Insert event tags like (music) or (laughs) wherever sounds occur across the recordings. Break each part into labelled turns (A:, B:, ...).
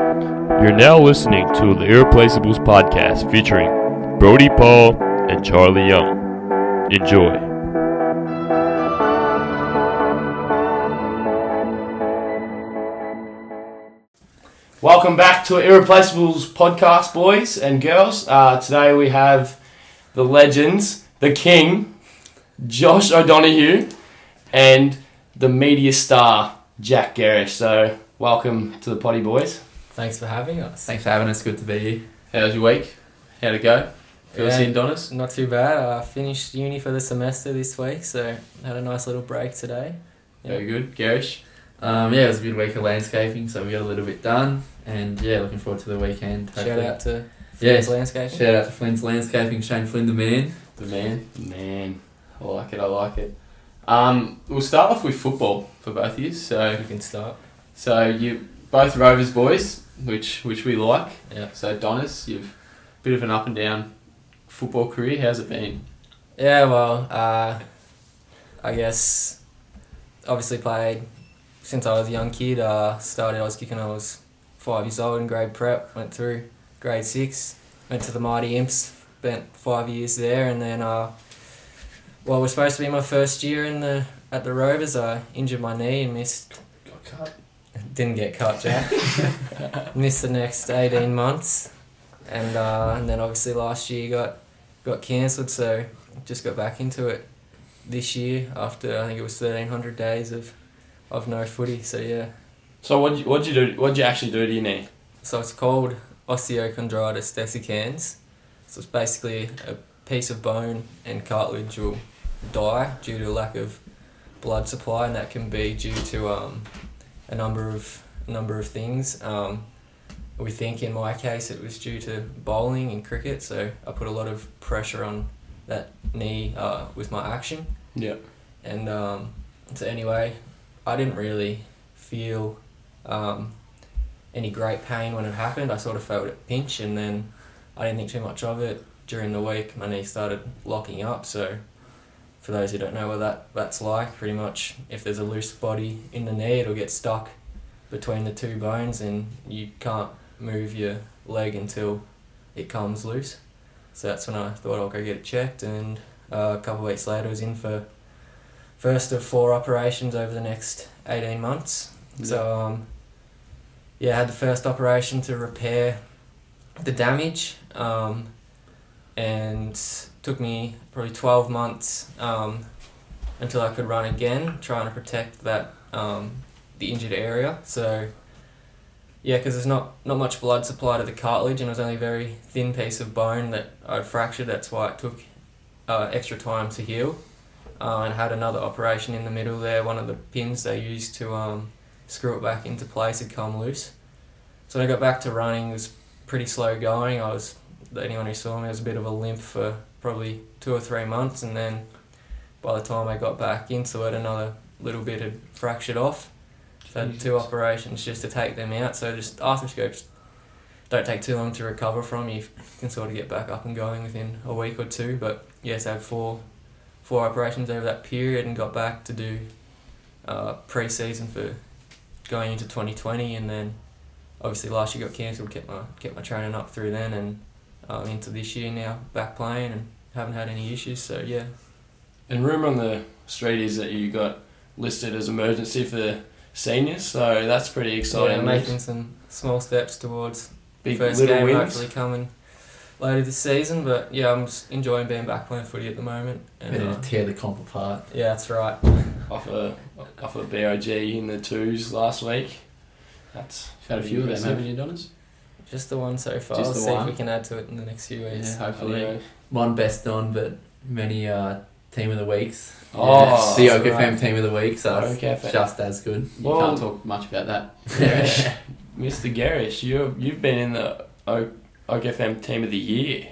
A: You're now listening to the Irreplaceables podcast featuring Brody Paul and Charlie Young. Enjoy.
B: Welcome back to Irreplaceables podcast, boys and girls. Uh, today we have the legends, the king, Josh O'Donohue, and the media star, Jack Gerrish. So, welcome to the potty, boys.
C: Thanks for having us.
D: Thanks for having us. Good to be here. How was your week? How'd it go? Feel
C: Yeah.
D: seen, Donis?
C: Not too bad. I finished uni for the semester this week, so had a nice little break today. Yeah.
D: Very good. Garish? Um, yeah, it was a good week of landscaping, so we got a little bit done. And yeah, looking forward to the weekend.
C: Shout
D: hopefully.
C: out to
D: Yeah,
C: Flint's Landscape.
D: shout out to Flynn's Landscaping, Shane Flynn, the man.
E: The man.
B: Man.
E: I like it, I like it. Um, we'll start off with football for both of you. So
C: You can start.
E: so you both Rovers boys, which which we like.
C: Yeah.
E: So Donis, you've a bit of an up and down football career. How's it been?
C: Yeah, well, uh, I guess obviously played since I was a young kid. Uh, started, I was kicking, I was five years old in grade prep, went through grade six, went to the Mighty Imps, spent five years there, and then, uh, well, it was supposed to be my first year in the at the Rovers. I injured my knee and missed,
E: Got cut.
C: didn't get cut, Jack.
E: (laughs)
C: missed the next 18 months, and, uh, and then obviously last year got, got cancelled, so just got back into it this year after I think it was 1300 days of, of no footy. So yeah,
B: So, what'd you, what'd you do? What'd you actually do to your knee?
C: so it's called osteochondritis desiccans. So it's basically a piece of bone and cartilage will die due to lack of blood supply, and that can be due to um, a number of a number of things. Um, we think in my case it was due to bowling and cricket, so I put a lot of pressure on that knee uh, with my action.
B: Yeah.
C: And um, so anyway, I didn't really feel um, any great pain when it happened. I sort of felt it pinch, and then I didn't think too much of it during the week. My knee started locking up, so. For those who don't know what that, that's like, pretty much if there's a loose body in the knee, it'll get stuck between the two bones and you can't move your leg until it comes loose. So that's when I thought I'll go get it checked, and uh, a couple of weeks later, I was in for first of four operations over the next 18 months. So, um, yeah, I had the first operation to repair the damage, um, and took me probably 12 months um, until I could run again, trying to protect that um, the injured area. So, yeah, because there's not, not much blood supply to the cartilage, and it was only a very thin piece of bone that I'd fractured. That's why it took uh, extra time to heal. Uh, and had another operation in the middle there. One of the pins they used to um, screw it back into place had come loose. So when I got back to running, it was pretty slow going. I was, anyone who saw me, I was a bit of a limp for probably two or three months. And then by the time I got back into it, another little bit had fractured off. So I had two operations just to take them out. So just arthroscopes don't take too long to recover from. You can sort of get back up and going within a week or two. But yes, I had four four operations over that period and got back to do uh, pre season for going into twenty twenty and then obviously last year got cancelled, kept my kept my training up through then and um, into this year now back playing and haven't had any issues. So yeah.
B: And rumour on the street is that you got listed as emergency for seniors, so that's pretty
C: yeah,
B: exciting. news.
C: making some small steps towards
B: Big
C: first
B: little
C: game
B: wins.
C: hopefully coming later this season. But yeah, I'm just enjoying being back playing footy at the moment. And,
D: Ready
C: uh,
D: to tear the comp apart.
C: yeah, that's right.
B: off a off a BOG in the twos last week. That's
E: You've had a few of them, haven't you, Donis?
C: Just the one so far.
E: Just
C: I'll
E: the
C: see
E: one.
C: if we can add to it in the next few weeks.
E: Yeah, hopefully.
B: Yeah.
D: One best on, but many uh, team of the weeks.
B: Oh,
D: yeah,
C: that's
D: COKFM
C: right.
D: team of the week, so
B: Oh,
D: it's
B: okay, fair.
D: just as good.
E: You
B: Well-
E: can't talk much about
D: (laughs)
E: that.
B: (laughs) Gerrish, Mr. Gerrish, you you've been in the Oak, Oak FM Team of the Year.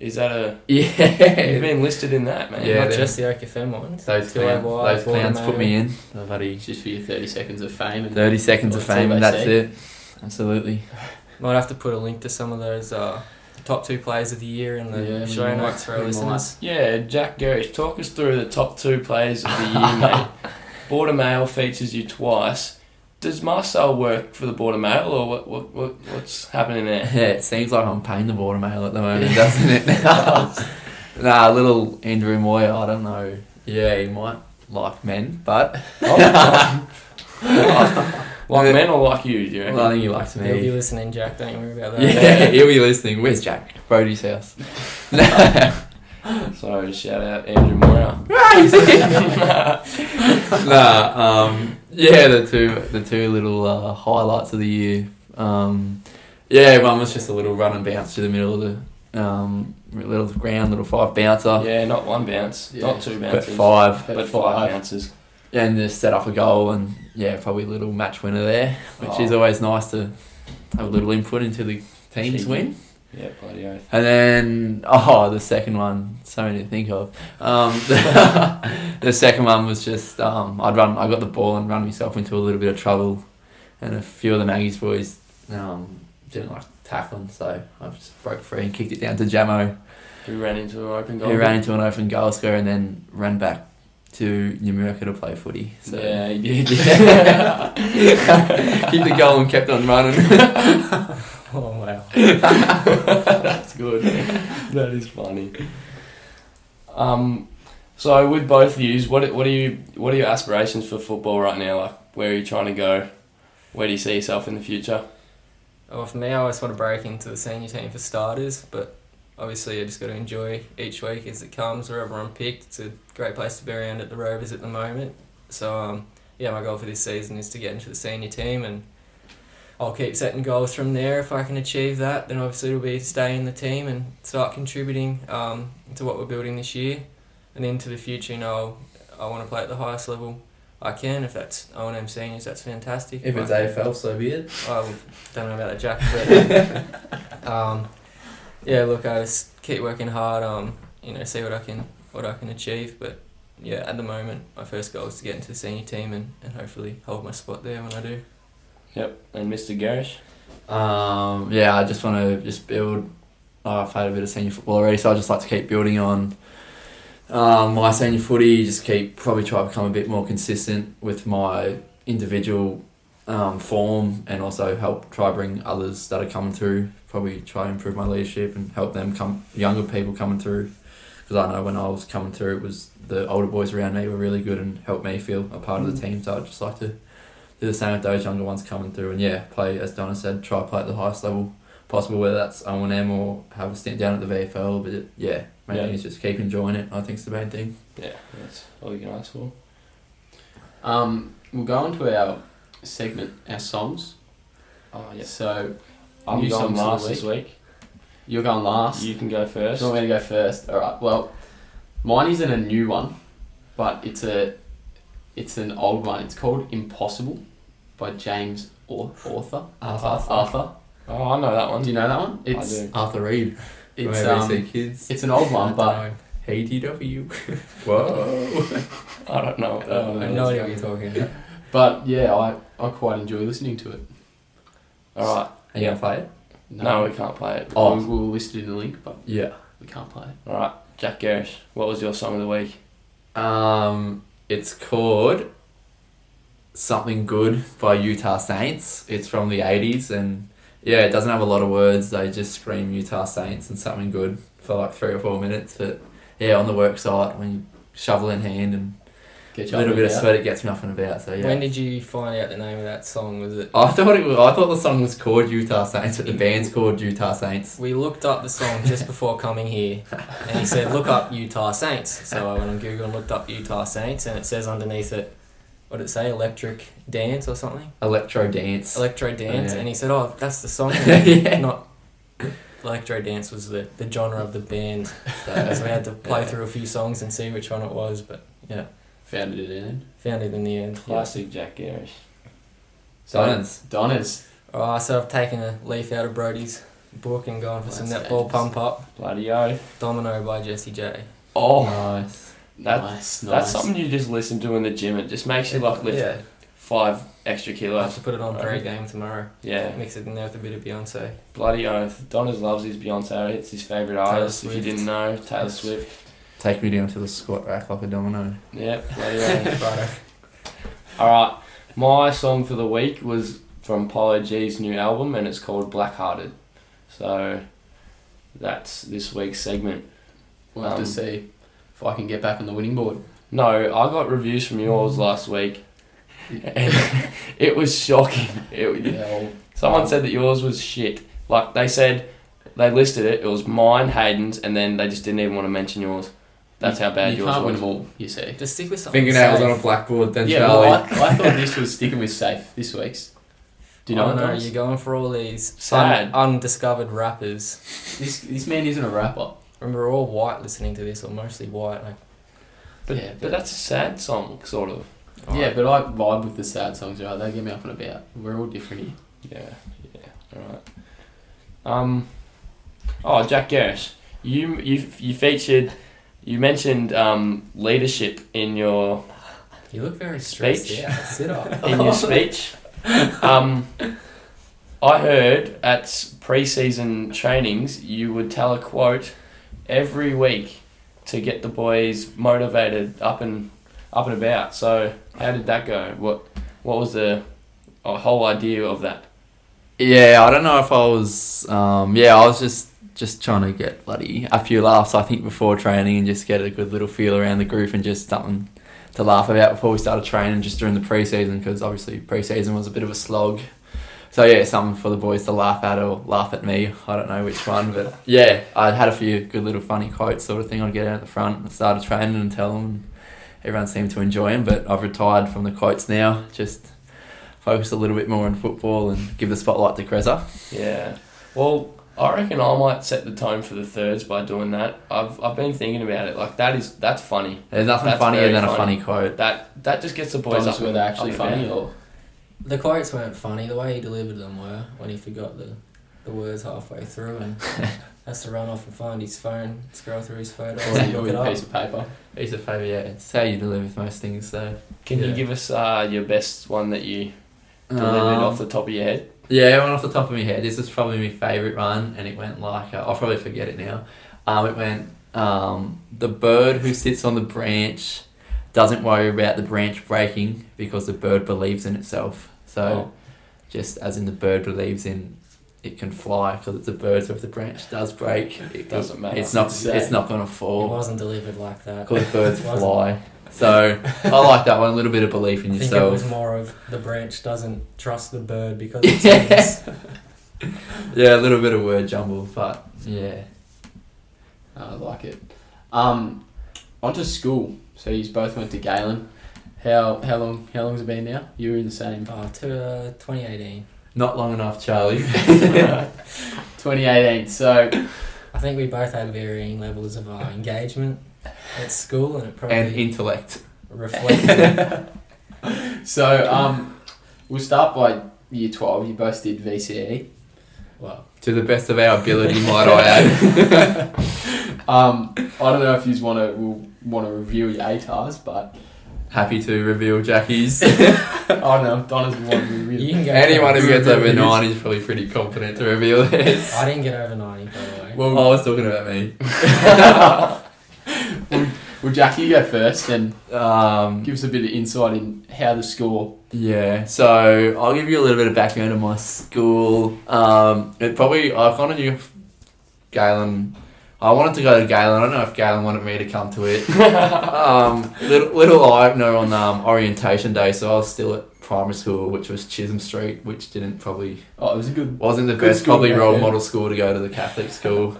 B: Is that a
D: Yeah.
B: you've been listed in that man?
D: Yeah,
C: Not
D: they're-
C: just the OKFM ones.
D: Those,
C: Two
D: clown,
C: OY,
D: those
C: four
D: clowns put me
C: Maori.
D: in. The bloody
E: It's just for your 30 seconds of fame. And
D: 30 seconds of
E: That's all they
D: fame, that's
E: say.
D: it. Absolutely.
C: Might have to put a link to some of those uh, top two players of the year in the
E: Yeah, we
C: show
E: might,
C: notes for our
E: we
C: listeners.
B: Yeah, Jack Gerrish,
E: (laughs)
B: talk us through the top two players of the year, mate. Border Mail features you twice. does Marcel work for the Border Mail or what, what, what what's happening there?
E: (laughs)
D: (laughs) Yeah, it seems like I'm paying the border mail at the moment, doesn't
B: (laughs)
D: it? (laughs) nah, little Andrew Moyer, I don't know. Yeah, he might like men, but
B: (laughs) Oh.
D: (laughs)
B: like men or like you? Do you reckon?
D: well, I think he likes
C: He'll be
D: me.
C: listening, Jack. Don't worry about that.
D: (laughs) Yeah, he'll be listening. Where's Jack? Brody's
B: (laughs)
D: house.
B: So shout out Andrew
E: (laughs)
B: Moira. (laughs)
D: (laughs) nah, um, yeah, the two the two little uh, highlights of the year. Um, yeah, one was just a little run and bounce through the middle of the um, little ground, little five bouncer,
B: Yeah, not one bounce,
E: Yeah.
B: not two
D: but
B: bounces,
D: five,
B: but five, bounces.
D: and just set up a goal and yeah, probably a little match winner there, which
B: Oh.
D: is always nice to have a little input into the team's
B: Achievement.
D: win.
B: Yeah, bloody oath.
D: And then oh, the second one, so many to think of. Um, (laughs) the, second one was just um, I'd run, I got the ball and run myself into a little bit of trouble, and a few of the Maggie's boys um, didn't like tackling, so I just broke free and kicked it down to Jamo,
B: Who ran into an open goal?
D: who ran into an open goal square and then ran back to Numerica to play footy. So
B: Yeah,
D: (laughs)
B: he did. (laughs) Yeah.
D: keep the goal and kept on running.
C: (laughs) Oh wow.
B: That's good. (laughs) that is funny. Um, so with both of yous, what what are you what are your aspirations for football right now? Like, where are you trying to go? Where do you see yourself in the future?
C: Well, for me, I always want to break into the senior team for starters, but obviously, I just got to enjoy each week as it comes, wherever I'm picked. It's a great place to be around at the Rovers at the moment. So, um, yeah, my goal for this season is to get into the senior team, and I'll keep setting goals from there. If I can achieve that, then obviously it'll be to stay in the team and start contributing um, to what we're building this year, and into the future. You know, I want to play at the highest level I can. If that's O and M seniors, that's fantastic.
D: If it's
C: I-
D: AFL, so be it.
C: I don't know about that, Jack.
E: (laughs)
C: But um, yeah, look, I just keep working hard. Um, you know, see what I can what I can achieve. But yeah, at the moment, my first goal is to get into the senior team and, and hopefully hold my spot there when I do.
B: Yep. And Mr. Garish.
D: Um, yeah, I just want to just build. oh, I've had a bit of senior football already, so I just like to keep building on um, my senior footy. Just keep probably try to become a bit more consistent with my individual um, form, and also help try bring others that are coming through. Probably try and improve my leadership and help them come younger people coming through. Because I know when I was coming through, it was the older boys around me were really good and helped me feel a part of the team. So I would just like to do the same with those younger ones coming through and yeah, play as Donna said, try play at the highest level possible, whether that's O and M or have a stint down at the VFL. But it, yeah, main
B: Yeah.
D: thing is just keep enjoying it. I think's the main thing.
B: Yeah, that's all you can ask for.
E: Um, we'll go on to our segment, our songs.
B: Oh yeah.
E: So
B: I'm
E: New
B: going
E: songs of the
B: last
E: week.
B: this week.
E: you're going last.
B: You can go
E: Do
B: first.
E: you want me to go first? All right. Well, mine isn't a new one, but it's a it's an old one. It's called Impossible by James Au- Arthur.
D: Arthur.
E: Arthur.
B: Oh, I know that one.
E: Do you know that one?
B: I
E: It's
B: do.
D: Arthur Reed.
E: it's
D: Where we see
E: um,
D: kids.
E: it's an old one, but
D: ATW. (laughs) Whoa.
B: I don't know. What that
E: Uh,
B: one
C: I
B: is.
C: have no idea what you're talking about.
E: but yeah, I, I quite enjoy listening to it.
B: All right.
D: Are you gonna play it?
B: No, we can't play it.
D: Oh.
E: we will list it in the link, but
D: Yeah.
E: we can't play it.
B: All right. Jack Garish, what was your song of the week?
D: Um, it's called Something Good by Utah Saints. It's from the 80s and yeah, it doesn't have a lot of words. They just scream Utah Saints and something good for like three or four minutes. But yeah, on the work site when you shovel in hand and
E: Get
D: a
E: your
D: little
E: idea
D: bit of
E: out.
D: sweat, it gets me up and about. So yeah.
C: When did you find out the name of that song? Was it?
D: I thought it was, I thought the song was called Utah Saints, but the band's called Utah Saints.
C: We looked up the song
E: (laughs)
C: just before coming here, and he said, "Look up Utah Saints." So I went on Google and looked up Utah Saints, and it says underneath it, what did it say? Electric dance or something.
D: Electro dance.
C: electro dance,
D: yeah.
C: and he said, "Oh, that's the
B: (laughs)
C: song."
D: Yeah.
C: Not electro dance was the, the genre of the band,
D: So,
C: so we had to
B: (laughs)
C: play
D: Yeah.
C: through a few songs and see which one it was, but
E: Found it in.
C: found it in the end. Yeah.
B: Classic Jack Garish.
D: Silence.
E: Donna's.
C: Oh, so I've taken a leaf out of Brody's book and gone for some
E: That's
C: netball
E: dangerous.
C: pump up.
B: Bloody oath.
C: Domino by Jesse J.
B: Oh,
D: Nice.
B: That-
E: nice, nice.
B: that's something you just listen to in the gym. It just makes you like lift
C: Yeah,
B: five extra
C: I have
B: kilos.
C: to put it on
B: Right.
C: pre-game tomorrow.
B: Yeah.
C: Mix it in there with a bit of Beyonce.
B: Bloody oath. Donners loves his Beyonce. It's his favourite
C: Taylor
B: artist. If you
C: Swift.
B: didn't know, Taylor Swift.
D: Take me down to the squat rack like a domino.
E: (laughs)
B: Yeah. Bloody oath.
C: Righto.
B: All right. My song for the week was from Polo G's new album, and it's called Blackhearted. So that's this week's segment.
E: We'll have
B: Um,
E: to see if I can get back on the winning
D: (laughs)
E: board.
B: No, I got reviews from
E: Mm.
B: yours last week, and (laughs) it was shocking. It,
E: Yeah, well,
B: someone said that yours was shit. Like they said, they listed it. It was mine, Hayden's, and then they just didn't even want to mention yours. That's how bad
E: you
B: yours
E: can't win
B: was.
E: them all, you see.
C: Just stick with something.
D: Fingernails
C: safe.
D: on a blackboard, then
E: yeah,
D: Charlie.
E: well, I, I thought this was sticking with safe this week's. Do you know
C: I
E: what
C: know,
E: that is?
C: you're going for all these
B: Sad.
C: un- undiscovered rappers.
E: This this man isn't a rapper.
C: And we're all white listening to this, or mostly white. Like,
B: But,
E: Yeah,
B: but
E: but-
B: that's a sad song, sort of.
E: Yeah, but I vibe with the sad songs, right? They get me up and about. We're all different here.
B: Yeah, yeah, all right. Um, oh, Jack Gersh, you you you featured, you mentioned um, leadership in your
C: you look very stressed.
B: Speech.
C: Yeah, sit up.
E: (laughs)
B: in your speech. Um, I heard at s- pre-season trainings you would tell a quote every week to get the boys motivated up and up and about. So how did that go? What what was the uh, whole idea of that?
D: Yeah, I don't know if I was. Um, yeah, I was just just trying to get bloody a few laughs. I think before training and just get a good little feel around the group and just something to laugh about before we started training, just during the preseason because obviously preseason was a bit of a slog. So yeah, something for the boys to laugh at or laugh at me. I don't know which one, but yeah, I had a few good little funny quotes sort of thing. I'd get out at the front and started training and tell them. Everyone seemed to enjoy them, but I've retired from the quotes now. Just focus a little bit more on football and give the spotlight to Krezza.
B: Yeah. Well, I reckon I might set the tone for the thirds by doing that. I've I've been thinking about it. Like that is that's funny.
D: There's nothing
B: That's
D: funnier
B: very
D: than a funny
B: funny.
D: quote.
B: That that just gets the boys
E: Ones
B: up.
E: where
B: and-
E: they're actually
B: up and
E: funny
B: about. (laughs)
E: or
C: the quotes weren't funny. The way he delivered them were when he forgot the, the words halfway through and
E: (laughs)
C: has to run off and find his phone, scroll through his photos,
E: or
C: and
E: you
C: look
E: with
C: it
E: a
C: up.
E: piece of paper.
D: He's a favourite, yeah. It's how you deliver most things, so.
B: Can you
D: Yeah.
B: give us uh, your best one that you delivered
D: Um,
B: off the top of your head?
D: Yeah, one off the top of my head. This is probably my favourite one, and it went like uh, I'll probably forget it now. Um, it went um, the bird who sits on the branch doesn't worry about the branch breaking because the bird believes in itself.
C: Oh.
D: So, just as in the bird believes in it can fly because it's a bird. So if the branch does break, it
B: Doesn't matter.
D: It's not.
E: It's
D: It's
E: sad.
D: not gonna
C: It
D: fall.
C: wasn't delivered like
D: (laughs)
C: that.
D: Because birds
C: It wasn't.
D: fly. So I like that one. A little bit of belief in
C: I think it
D: yourself.
C: was more of the branch doesn't trust the bird because
E: (laughs)
C: it's yeah.
D: Yeah, a little bit of word jumble, but yeah.
E: I like it. Um, on to school. So you both went to Galen. How how long how long's it been now? You were in the same.
C: oh, to, uh, 2018.
D: Not long enough,
E: (laughs)
D: Charlie.
E: 2018. So
C: I think we both had varying levels of uh, engagement at school, and it probably
D: and intellect. (laughs)
C: reflected.
E: so um, we'll start by year 12. You both did E. VCE.
C: well,
D: To the best of our ability, might I add.
E: Um, I don't know if you want to will want to review your ATARs, but
D: Happy to reveal Jackie's.
E: I don't know. Donna's one we
C: you
E: really.
C: can go.
D: (laughs) Anyone who gets over
E: Reviews.
D: 9 is probably pretty confident to reveal
E: (laughs)
D: this.
C: I didn't get over 90, by the way.
D: Well, I was talking about me.
E: Well, Jack, you go first and
D: Um,
E: give us a bit of insight in how the score.
D: Yeah, so I'll give you a little bit of background on my school. Um, it probably I kind of knew Galen. I wanted to go to Galen. I don't know if Galen wanted me to come
E: (laughs)
D: to it. um, little little eye opener on um, orientation day, so I was still at primary school, which was Chisholm Street, which didn't probably
E: Oh, it was a good.
D: wasn't the
E: Good
D: best
E: school,
D: probably
E: yeah,
D: role
E: yeah.
D: model school to go to the Catholic school.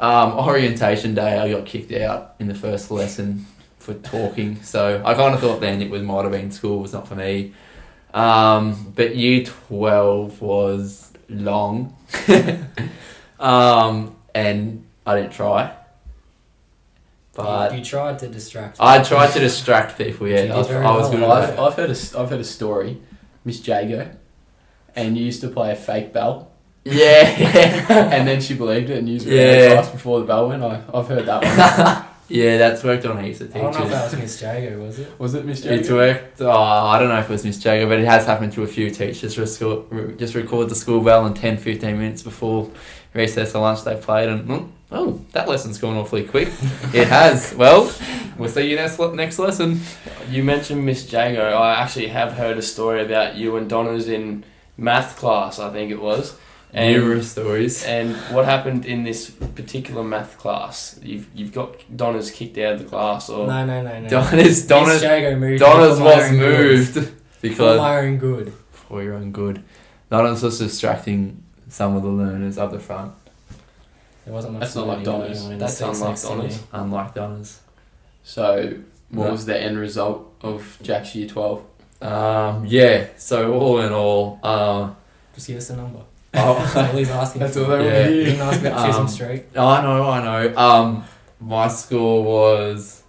D: um, orientation day, I got kicked out in the first lesson for talking, so I kind of thought then it was might have been school was not for me. Um, but year twelve was long, um, and I didn't try. But
C: you, you tried to distract.
D: I
C: me.
D: tried to distract people. Yeah,
C: You did
D: I was,
C: very
D: I
C: well.
D: was good at
E: I've,
D: that.
E: I've heard a s- I've heard a story, Miss Jago, and you used to play a fake bell,
D: Yeah, (laughs)
E: and then she believed it and used it
D: Yeah.
E: yeah. before the bell went. I, I've heard that one.
D: yeah, that's worked on heaps of
C: I don't know if
D: teachers.
C: that was Miss Jago, was it?
E: Was it
D: (laughs)
E: Miss
D: It's
E: Jago?
D: worked. Oh, I don't know if it was Miss Jago, but it has happened to a few teachers. Re- sco- re- Just record the school bell in 10, 15 minutes before recess or lunch they played, and mm, oh, that lesson's gone awfully
E: (laughs)
D: quick. it has. Well, we'll see you next le- next lesson.
B: You mentioned Miss Jago. I actually have heard a story about you and Donna's in math class, I think it was. And,
D: Numerous stories.
B: and what happened in this particular math class? You've, you've got Donna's kicked out of the class, or
C: No, no, no, no.
D: Oh. Donna's
C: Miss
D: Donna's
C: Jago moved me
D: Donna's
C: for my
D: was
C: own good.
D: moved
C: For
D: (laughs) because
C: my own good.
D: for your own good. Donna's was distracting some of the learners up the front,
C: It wasn't my
E: That's not
C: fault
E: like
C: anymore,
E: Donna's.
C: you know,
B: That's
C: the seats
B: unlike
C: next to me.
B: Donna's.
D: unlike Donna's.
E: So, what
D: No.
E: was the end result of Jack's year 12?
D: Um, yeah. So all in all, um,
C: Just give us a number.
D: (laughs) oh,
C: (laughs)
D: (laughs)
C: That's all he's asking.
B: That's
C: for.
B: all they
D: wanna Yeah.
C: He
D: hear.
C: didn't ask about
D: Um,
C: Chisholm Street.
D: I know, I know. Um, my score was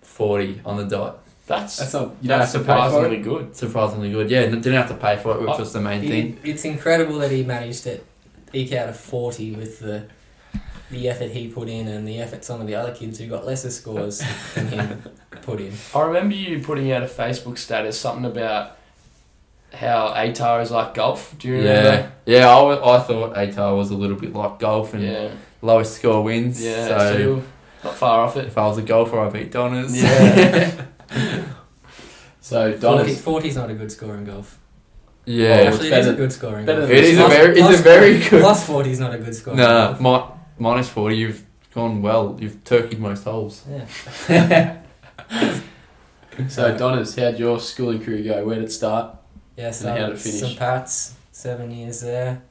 D: forty on the dot.
B: that's
E: That's not, you don't
B: that's
E: have to pay for it.
B: surprisingly good.
D: Surprisingly good. Yeah, didn't have to pay for it, which was the main thing.
C: It- it's incredible that he managed to eke out a 40 with the the effort he put in and the effort some of the other kids who got lesser
D: (laughs)
C: scores than him put in.
B: I remember you putting out a Facebook status something about how ATAR is like golf. Do you remember?
D: Yeah, yeah. I, wa- I thought ATAR was a little bit like golf and
B: yeah,
D: lowest score wins.
B: yeah.
D: so
B: So you're not far off it.
D: if I was a golfer, I beat Donners. (laughs)
B: Yeah.
E: So,
C: 40,
E: Donna's,
C: 40's not a good score in golf.
D: yeah.
C: Actually,
E: it's
C: it is a
E: better-
C: good score in
B: better
C: golf.
B: than
D: It is a
C: Plus-
D: very,
C: plus
D: it's a very good.
C: Plus 40 is not a good score.
D: no,
C: in
D: no,
C: golf.
D: mi- minus forty. You've gone well. You've turkeyed most holes.
C: Yeah.
E: so Donna's, how'd your schooling career go? Where did it start?
C: Yeah,
E: And how
C: so
E: to finish.
C: St. Pat's, seven years there,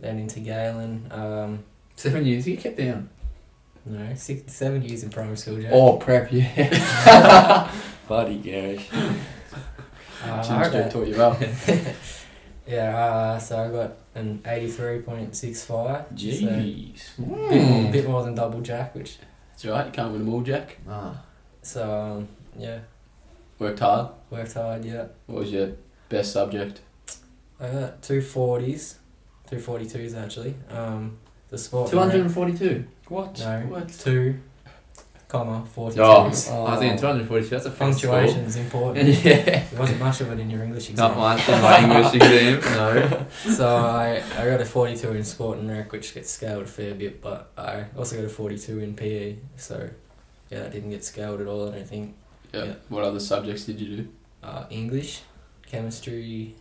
C: then into Galen. Um,
D: Seven years. You kept down.
C: no, six, seven years in primary school, Jack.
D: Oh, prep. Yeah. (laughs)
B: Bloody Gary.
C: Uh,
E: Jim
C: I
E: Street
C: reckon-
E: taught you
C: (laughs)
E: well.
C: Yeah, uh, so I got an 83.65. So
B: Jeez.
C: a bit,
D: Hmm.
C: more, bit more than double jack, which.
E: It's alright, you can't win them all, Jack.
D: Ah.
C: So, um, yeah,
E: Worked hard.
C: worked hard, yeah.
E: What was your best subject?
C: I got Uh, two 40s, two 42s actually. Um, the sport.
D: Two hundred and forty-two.
B: What?
C: No,
B: What?
C: two, comma, 42s.
D: Oh,
B: Oh.
D: I was in 242. That's a fast score.
C: Punctuation is
D: (laughs)
C: important.
D: yeah.
C: There wasn't much of it in your English exam.
D: Not mine for my English exam. No.
C: So I, I got a 42 in sport and rec, which gets scaled a fair bit, but I also got a 42 in PE. So, yeah, that didn't get scaled at all, I don't think.
E: Yeah.
C: Yeah.
E: What other subjects did you do?
C: uh, English, chemistry.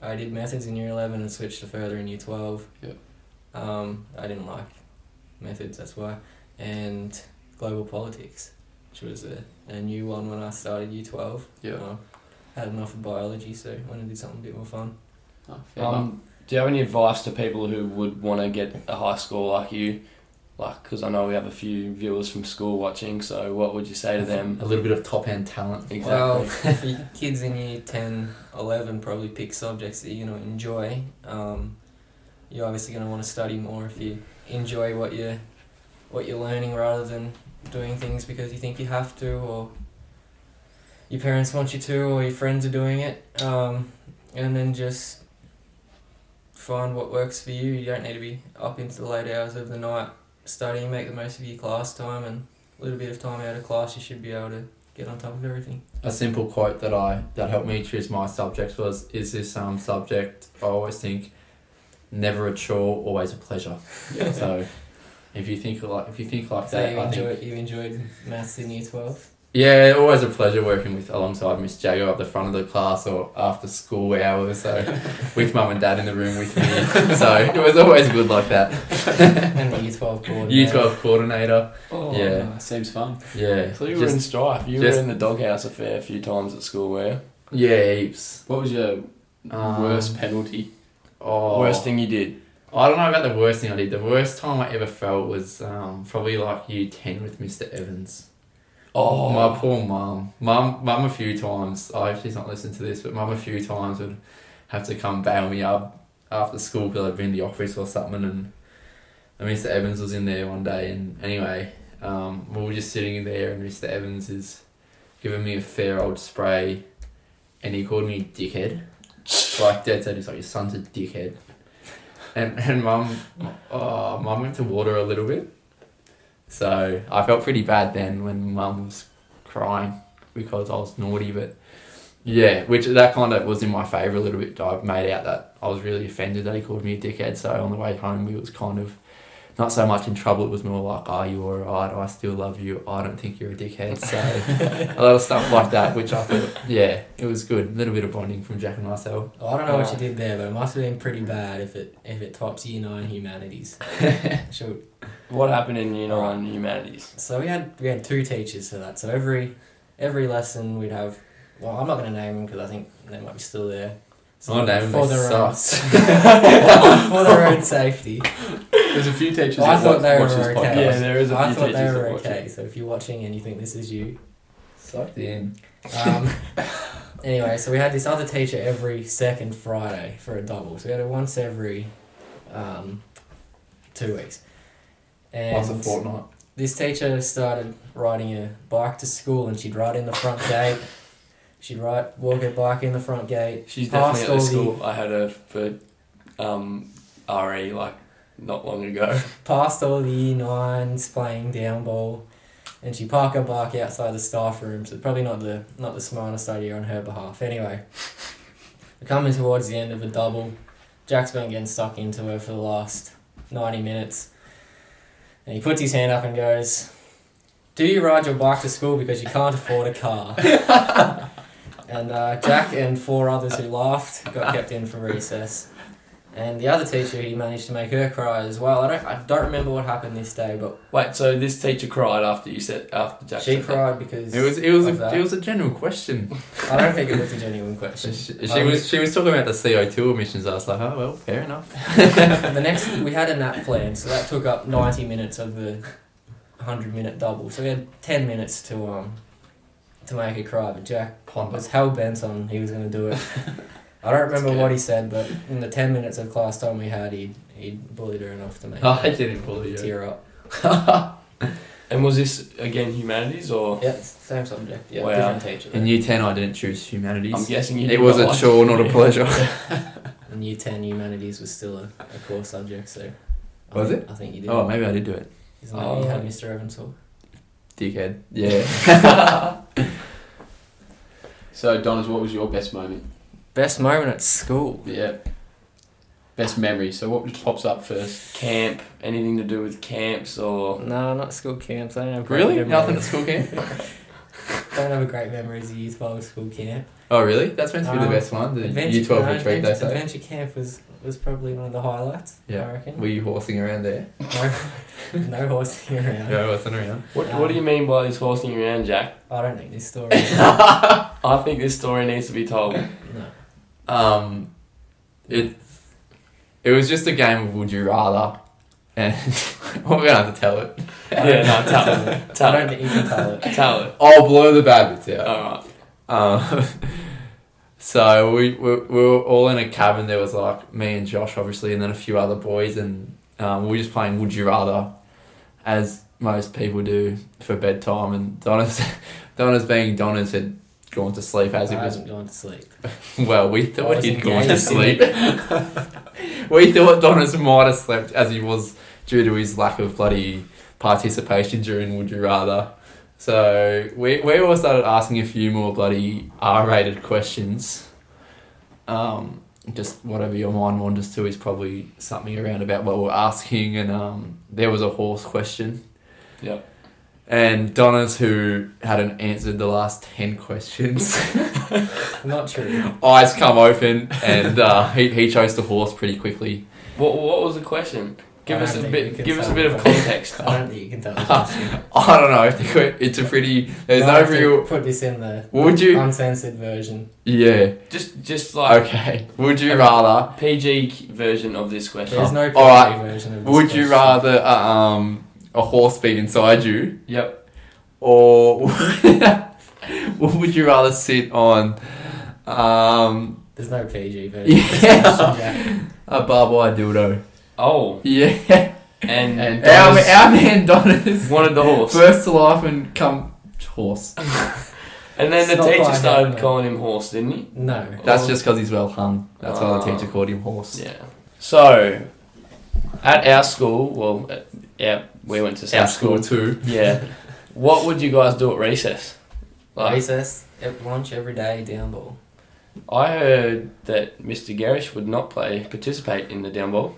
C: I did methods in year 11 and switched to further in year 12.
E: Yep.
C: Um, I didn't like methods, that's why. And global politics, which was a, a new one when I started year 12.
E: Yeah.
C: Um, had enough of biology, so I wanted to do something a bit more fun.
E: Oh, fair enough.
B: Um, do you have any advice to people who would want to get a high score like you? Like, because I know we have a few viewers from school watching, so what would you say to them?
D: A little bit of top-end talent.
B: Exactly.
C: Well, if you, kids in year 10, 11 probably pick subjects that you're going to enjoy. Um, you're obviously going to want to study more if you enjoy what you're, what you're learning rather than doing things because you think you have to or your parents want you to or your friends are doing it. Um, and then just find what works for you. You don't need to be up into the late hours of the night studying. Make the most of your class time and a little bit of time out of class you should be able to get on top of everything.
D: A simple quote that I that helped me choose my subjects was: "Is this um subject?" I always think, "Never a chore, always a pleasure."
E: Yeah.
D: so, if you think like if you think like
C: So
D: that,
C: you
D: I think
C: enjoyed, you enjoyed maths in year
D: (laughs)
C: 12?
D: Yeah, always a pleasure working with alongside Miss Jago at the front of the class or after school
E: (laughs)
D: hours. So with mum and dad in the room with me. So it was always good like that.
C: and the year 12 board.
D: Year twelve coordinator.
B: Oh,
D: Yeah.
E: (laughs) Oh, seems fun.
D: Yeah.
B: So you were in
D: just,
B: strife. You
D: just-
B: were in the doghouse a fair few times at school, were you?
D: yeah, heaps.
E: What was your
D: Um,
E: worst penalty?
D: Oh,
B: Worst thing you did.
D: I don't know about the worst thing I did. The worst time I ever felt was um, probably like year ten with Mr. Evans.
B: Oh,
D: my poor mum. Mum, mum, a few times. I hope she's not listening to this, but mum, a few times would have to come bail me up after school because I'd been in the office or something, and, and Mr. Evans was in there one day. And anyway, um, we were just sitting in there, and Mr. Evans is giving me a fair old spray, and he called me dickhead. like Dad said, he's like your son's a dickhead. And and mum, oh, mum went to water a little bit. So I felt pretty bad then when mum was crying because I was naughty, but Yeah, which that kind of was in my favour a little bit. I made out that I was really offended that he called me a dickhead. So on the way home, we was kind of not so much in trouble. It was more like, "Are you alright? I still love you. I don't think you're a dickhead." (laughs) So a lot of stuff like that, which I thought, yeah, it was good. A little bit of bonding from Jack and myself.
C: Oh, I don't know what you did there, but it must have been pretty bad if it if it tops year nine
D: (laughs)
C: humanities. Sure.
B: What happened in Year Nine Humanities?
C: So we had we had two teachers for that. So every every lesson we'd have. Well, I'm not going to name them because I think they might be still there. So
D: I'll name them,
C: for
D: they
C: their own, (laughs)
D: sucked.
C: for their own safety.
E: There's a few teachers.
C: Well, I
E: that
C: thought
E: watch-
C: they were
E: watch this
C: okay.
E: podcast.
B: Yeah, there is a few
C: I thought
B: teachers
C: they
B: that
C: were
B: watch
C: okay.
B: it.
C: So if you're watching and you think this is you,
D: Sucked in.
C: Um, (laughs) anyway, so we had this other teacher every second Friday for a double. So we had it once every um, two weeks. And
D: Once a fortnight.
C: this teacher started riding a bike to school and she'd ride in the front gate. She'd ride, walk her bike in the front gate.
B: She's
C: past
B: definitely at the
C: all
B: school. I had her for um, RE like not long ago. (laughs)
C: past all the year nines playing down ball, and she parked her bike outside the staff room. So probably not the not the smartest idea on her behalf. Anyway, we're coming towards the end of a double. Jack's been getting stuck into her for the last ninety minutes, and he puts his hand up and goes, "Do you ride your bike to school because you can't afford a car?" and uh, Jack and four others who laughed got kept in for recess. And the other teacher, he managed to make her cry as well. I don't, I don't remember what happened this day, but
B: Wait, so this teacher cried after you said after Jack
C: she
B: said that?
C: cried because
D: It was it was
C: of
D: a,
C: that.
D: it was a general question.
C: I don't think it was a genuine
D: She, (laughs)
C: question. (laughs)
D: she was she was talking about the CO two emissions. I was like, oh well, fair enough. (laughs)
C: the next, we had a nap plan, so that took up ninety minutes of the hundred minute double. So we had ten minutes to um to make her cry, but Jack
D: Ponder.
C: was hell bent on he was going to do
D: (laughs)
C: it. I don't remember what he said, but in the ten minutes of class time we had, he he bullied her enough to make
D: Oh, (laughs) I
C: her
D: didn't bully you.
C: tear up.
B: (laughs) And was this again humanities or?
C: Yeah, same subject. Yeah,
B: Wow.
C: different teacher.
D: In year ten, I didn't choose humanities.
B: I'm guessing you.
D: it
B: did
D: was
B: not
D: a
B: like-
D: chore, not
C: (laughs)
D: a pleasure.
C: In year 10, humanities was still a, a core subject, so. I
D: Was
C: think, I think you did.
D: oh, maybe I did do it.
C: Isn't that what you
B: Oh.
C: had Mr. Evans for?
D: Dickhead. Yeah.
E: (laughs)
D: (laughs)
E: So, Donners, what was your best moment?
C: Best moment at school.
E: Yeah. Best memory. So, what just pops up first?
B: camp. Anything to do with camps or?
C: No, not school camps. I don't have great
D: really?
C: memories.
D: Nothing at school camp.
C: (laughs) don't have a great memory as a youth while at school camp.
D: Oh really? That's meant to be
C: Um,
D: the best one. The year twelve
C: no,
D: retreat they
C: adventure,
D: say.
C: adventure camp was, was probably one of the highlights,
D: Yeah.
C: I reckon.
D: Were you horsing around there?
C: no, (laughs) no horsing around.
D: No, I wasn't around.
B: What
E: Um,
B: What do you mean by this horsing around, Jack?
C: I don't think this
D: (laughs)
C: story.
B: I think this story needs to be
C: (laughs)
B: told.
C: no.
D: Um, it it was just a game of would you rather, and (laughs) we're gonna have to tell it.
B: yeah, no, tell it.
C: I
B: Tell
C: don't
B: it.
C: think you can tell it.
B: Tell it. Oh,
D: I'll blow the bad bits out.
B: All right.
D: Um, (laughs) so we, we, we were all in a cabin. There was like me and Josh, obviously, and then a few other boys, and um, we were just playing Would You Rather, as most people do for bedtime. And Donna's, (laughs) Donna's being Donna's had gone to sleep as
C: I
D: it was.
C: haven't gone to sleep.
D: Well, we
C: I
D: thought
C: was
D: he'd gone to
C: engaged.
D: sleep. (laughs) we thought Donna's might have slept as he was due to his lack of bloody participation during Would You Rather. So we, we all started asking a few more bloody R rated questions. Um, just whatever your mind wanders to is probably something around about what we're asking. And um, there was a horse question.
B: Yep.
D: And Donna's, who hadn't answered the last 10 questions, (laughs)
C: Not true.
D: eyes come open, and uh, he, he chose the horse pretty quickly. (laughs)
B: What What was the question? Give
C: I
B: us
C: don't
B: a
C: think we
B: bit.
C: can
B: Give us a
C: tell
B: bit of
C: it. (laughs)
B: context.
C: I don't think you can tell
D: (laughs)
C: it's just you.
D: I don't know. I think it- It's a pretty.
C: Might
D: There's no
C: have to
D: real.
C: Put this in the
D: Would you?
C: uncensored version.
D: Yeah.
B: Just Just like
D: Okay. Would you rather?
B: PG version of this question.
C: There's no PG
D: All right.
C: version of this.
D: Would you
C: question.
D: rather uh, um a horse be inside you,
B: Yep.
D: or (laughs) would you rather sit on um (laughs)
C: There's no PG version. of this
D: Yeah.
C: question, Jack.
D: a barbed wire dildo?
B: Oh,
D: Yeah.
B: and,
E: And
D: Our,
E: Donna's-
D: our man Donna's (laughs)
B: wanted the horse.
D: first to life and come horse.
B: (laughs) And then the
C: Stop
B: teacher
C: lying,
B: started
C: man.
B: calling him horse, didn't he?
C: No.
D: That's just because he's well hung. That's why the
B: Ah.
D: teacher called him horse.
B: Yeah. So, at our school, well, uh, yeah, we went to
D: Our
B: South
D: school (laughs)
B: school.
D: too.
B: Yeah. What would you guys do at recess? Like,
C: Recess. at lunch every day down ball.
B: I heard that Mr. Gerrish would not play, participate in the down ball.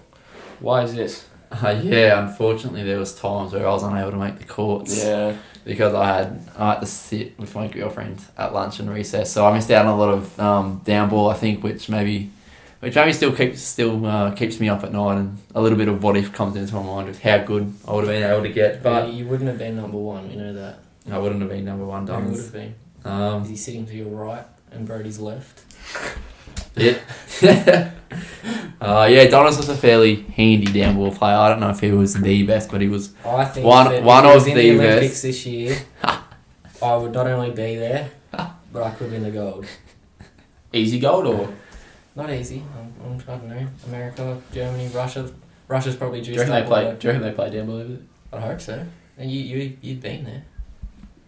B: Why is this?
D: Uh, yeah, unfortunately, there was times where I was unable to make the courts
B: Yeah,
D: because I had I had to sit with my girlfriend at lunch and recess, so I missed out on a lot of um, down ball. I think, which maybe, which maybe still keeps still uh, keeps me up at night, and a little bit of what if comes into my mind with how good I would have been able to get, but
C: you wouldn't have been number one, we know that.
D: I wouldn't have been number one.
C: Who would
D: Diamonds.
C: have been?
D: Um, (laughs)
C: Is he sitting to your right and Brody's left?
D: Yeah. uh, yeah, Donis was a fairly handy down ball player. I don't know if he was the best, but he was.
C: I think
D: One-
C: that if
D: one
C: I was
D: of
C: in the
D: the best.
C: Olympics this
D: (laughs)
C: year, I would not only be there, but I could win the gold.
E: Easy gold or
C: Not easy. I'm, I'm, I don't know. America, Germany, Russia. Russia's probably
E: do
C: juiced
E: you reckon they
C: up
E: play?
C: whatever.
E: Do you reckon they play down below? it?
C: I hope so. And you, you, you've been there.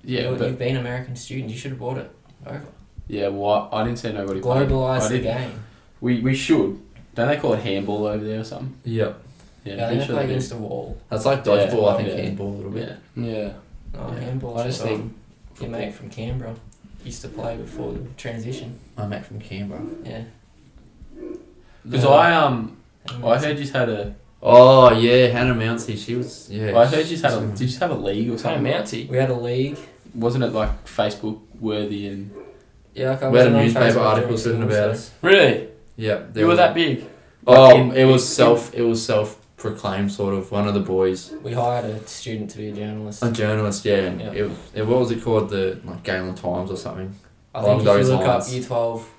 E: Yeah,
C: you,
E: but
C: you've been an American student. You should have bought it. Over.
E: yeah. Well, I, I didn't see nobody. playing. I
C: Globalize the
E: didn't-
C: game.
E: We we should. Don't they call it handball over there or something?
D: Yep.
E: Yeah,
C: Yeah,
E: pretty
C: they
E: sure
C: play
E: they do.
C: against the wall.
D: That's like
E: Yeah,
D: dodgeball, I think,
E: yeah.
D: handball a little bit.
E: Yeah.
B: yeah.
C: Oh,
E: Yeah.
C: handball.
B: I just think
C: your mate from Canberra used to play before the transition.
D: My mate from Canberra.
C: Yeah.
E: Because
C: Yeah.
E: I um
C: And
E: I
C: that's-
E: heard you had a
D: Oh, yeah, Hannah Mouncey. She was. Yeah.
E: I heard you had a did you have a league or
B: Tony
E: something?
B: Mounty.
C: we had a league.
E: Wasn't it like Facebook worthy and
C: Yeah, like I
D: We had
C: wasn't
D: a
C: on
D: newspaper
C: Facebook
D: article
C: during
D: written
C: school,
D: about
C: so-
D: us.
B: Really?
D: Yep. there
B: You were
D: was-
B: that big?
D: Oh,
E: in-
D: it was
E: in-
D: self. It was self proclaimed, sort of. One of the boys,
C: We hired a student to be a journalist.
D: a journalist. Yeah. and
C: Yeah.
D: It, was- it, what was it called? The like Galen Times or something.
C: I
D: along
C: think if you
D: those
C: look up
D: lines.
C: Year 12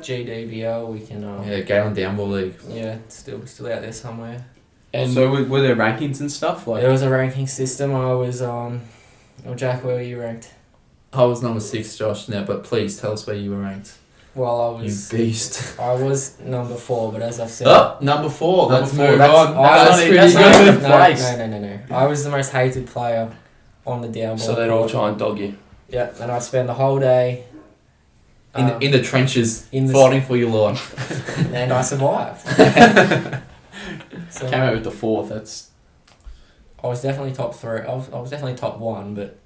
C: GDBL, we can.
E: Oh.
C: Um, yeah.
D: Yeah, Galen Downball League.
C: it's still still out there somewhere.
E: and so were, were there rankings and stuff like
C: there was a ranking system. I was um, well, Jack, where were you ranked?
D: I was number six, Josh. Now, but please tell us where you were ranked.
C: Well,
E: Oh,
C: I
D: You
C: was
E: (laughs)
D: beast.
C: I was number four, but as I've said,
D: Oh, number four.
E: Number
D: Let's
E: four,
D: move
E: that's-
D: on.
C: I
E: that's
D: That's
E: not-
D: pretty
E: that's not
D: good.
E: even-
C: no,
E: place.
C: no, no, no, no. I was the most hated player on the down
B: So
C: ball.
B: they'd all try and dog you.
C: Yeah, and I spent the whole day
D: In, the,
C: um,
D: in the trenches,
C: in the-
D: fighting for
E: (laughs)
D: your (laughs) life.
C: and I
D: (laughs)
C: survived. so
E: came out with the fourth, that's
C: I was definitely top three. I was, I was definitely top one, but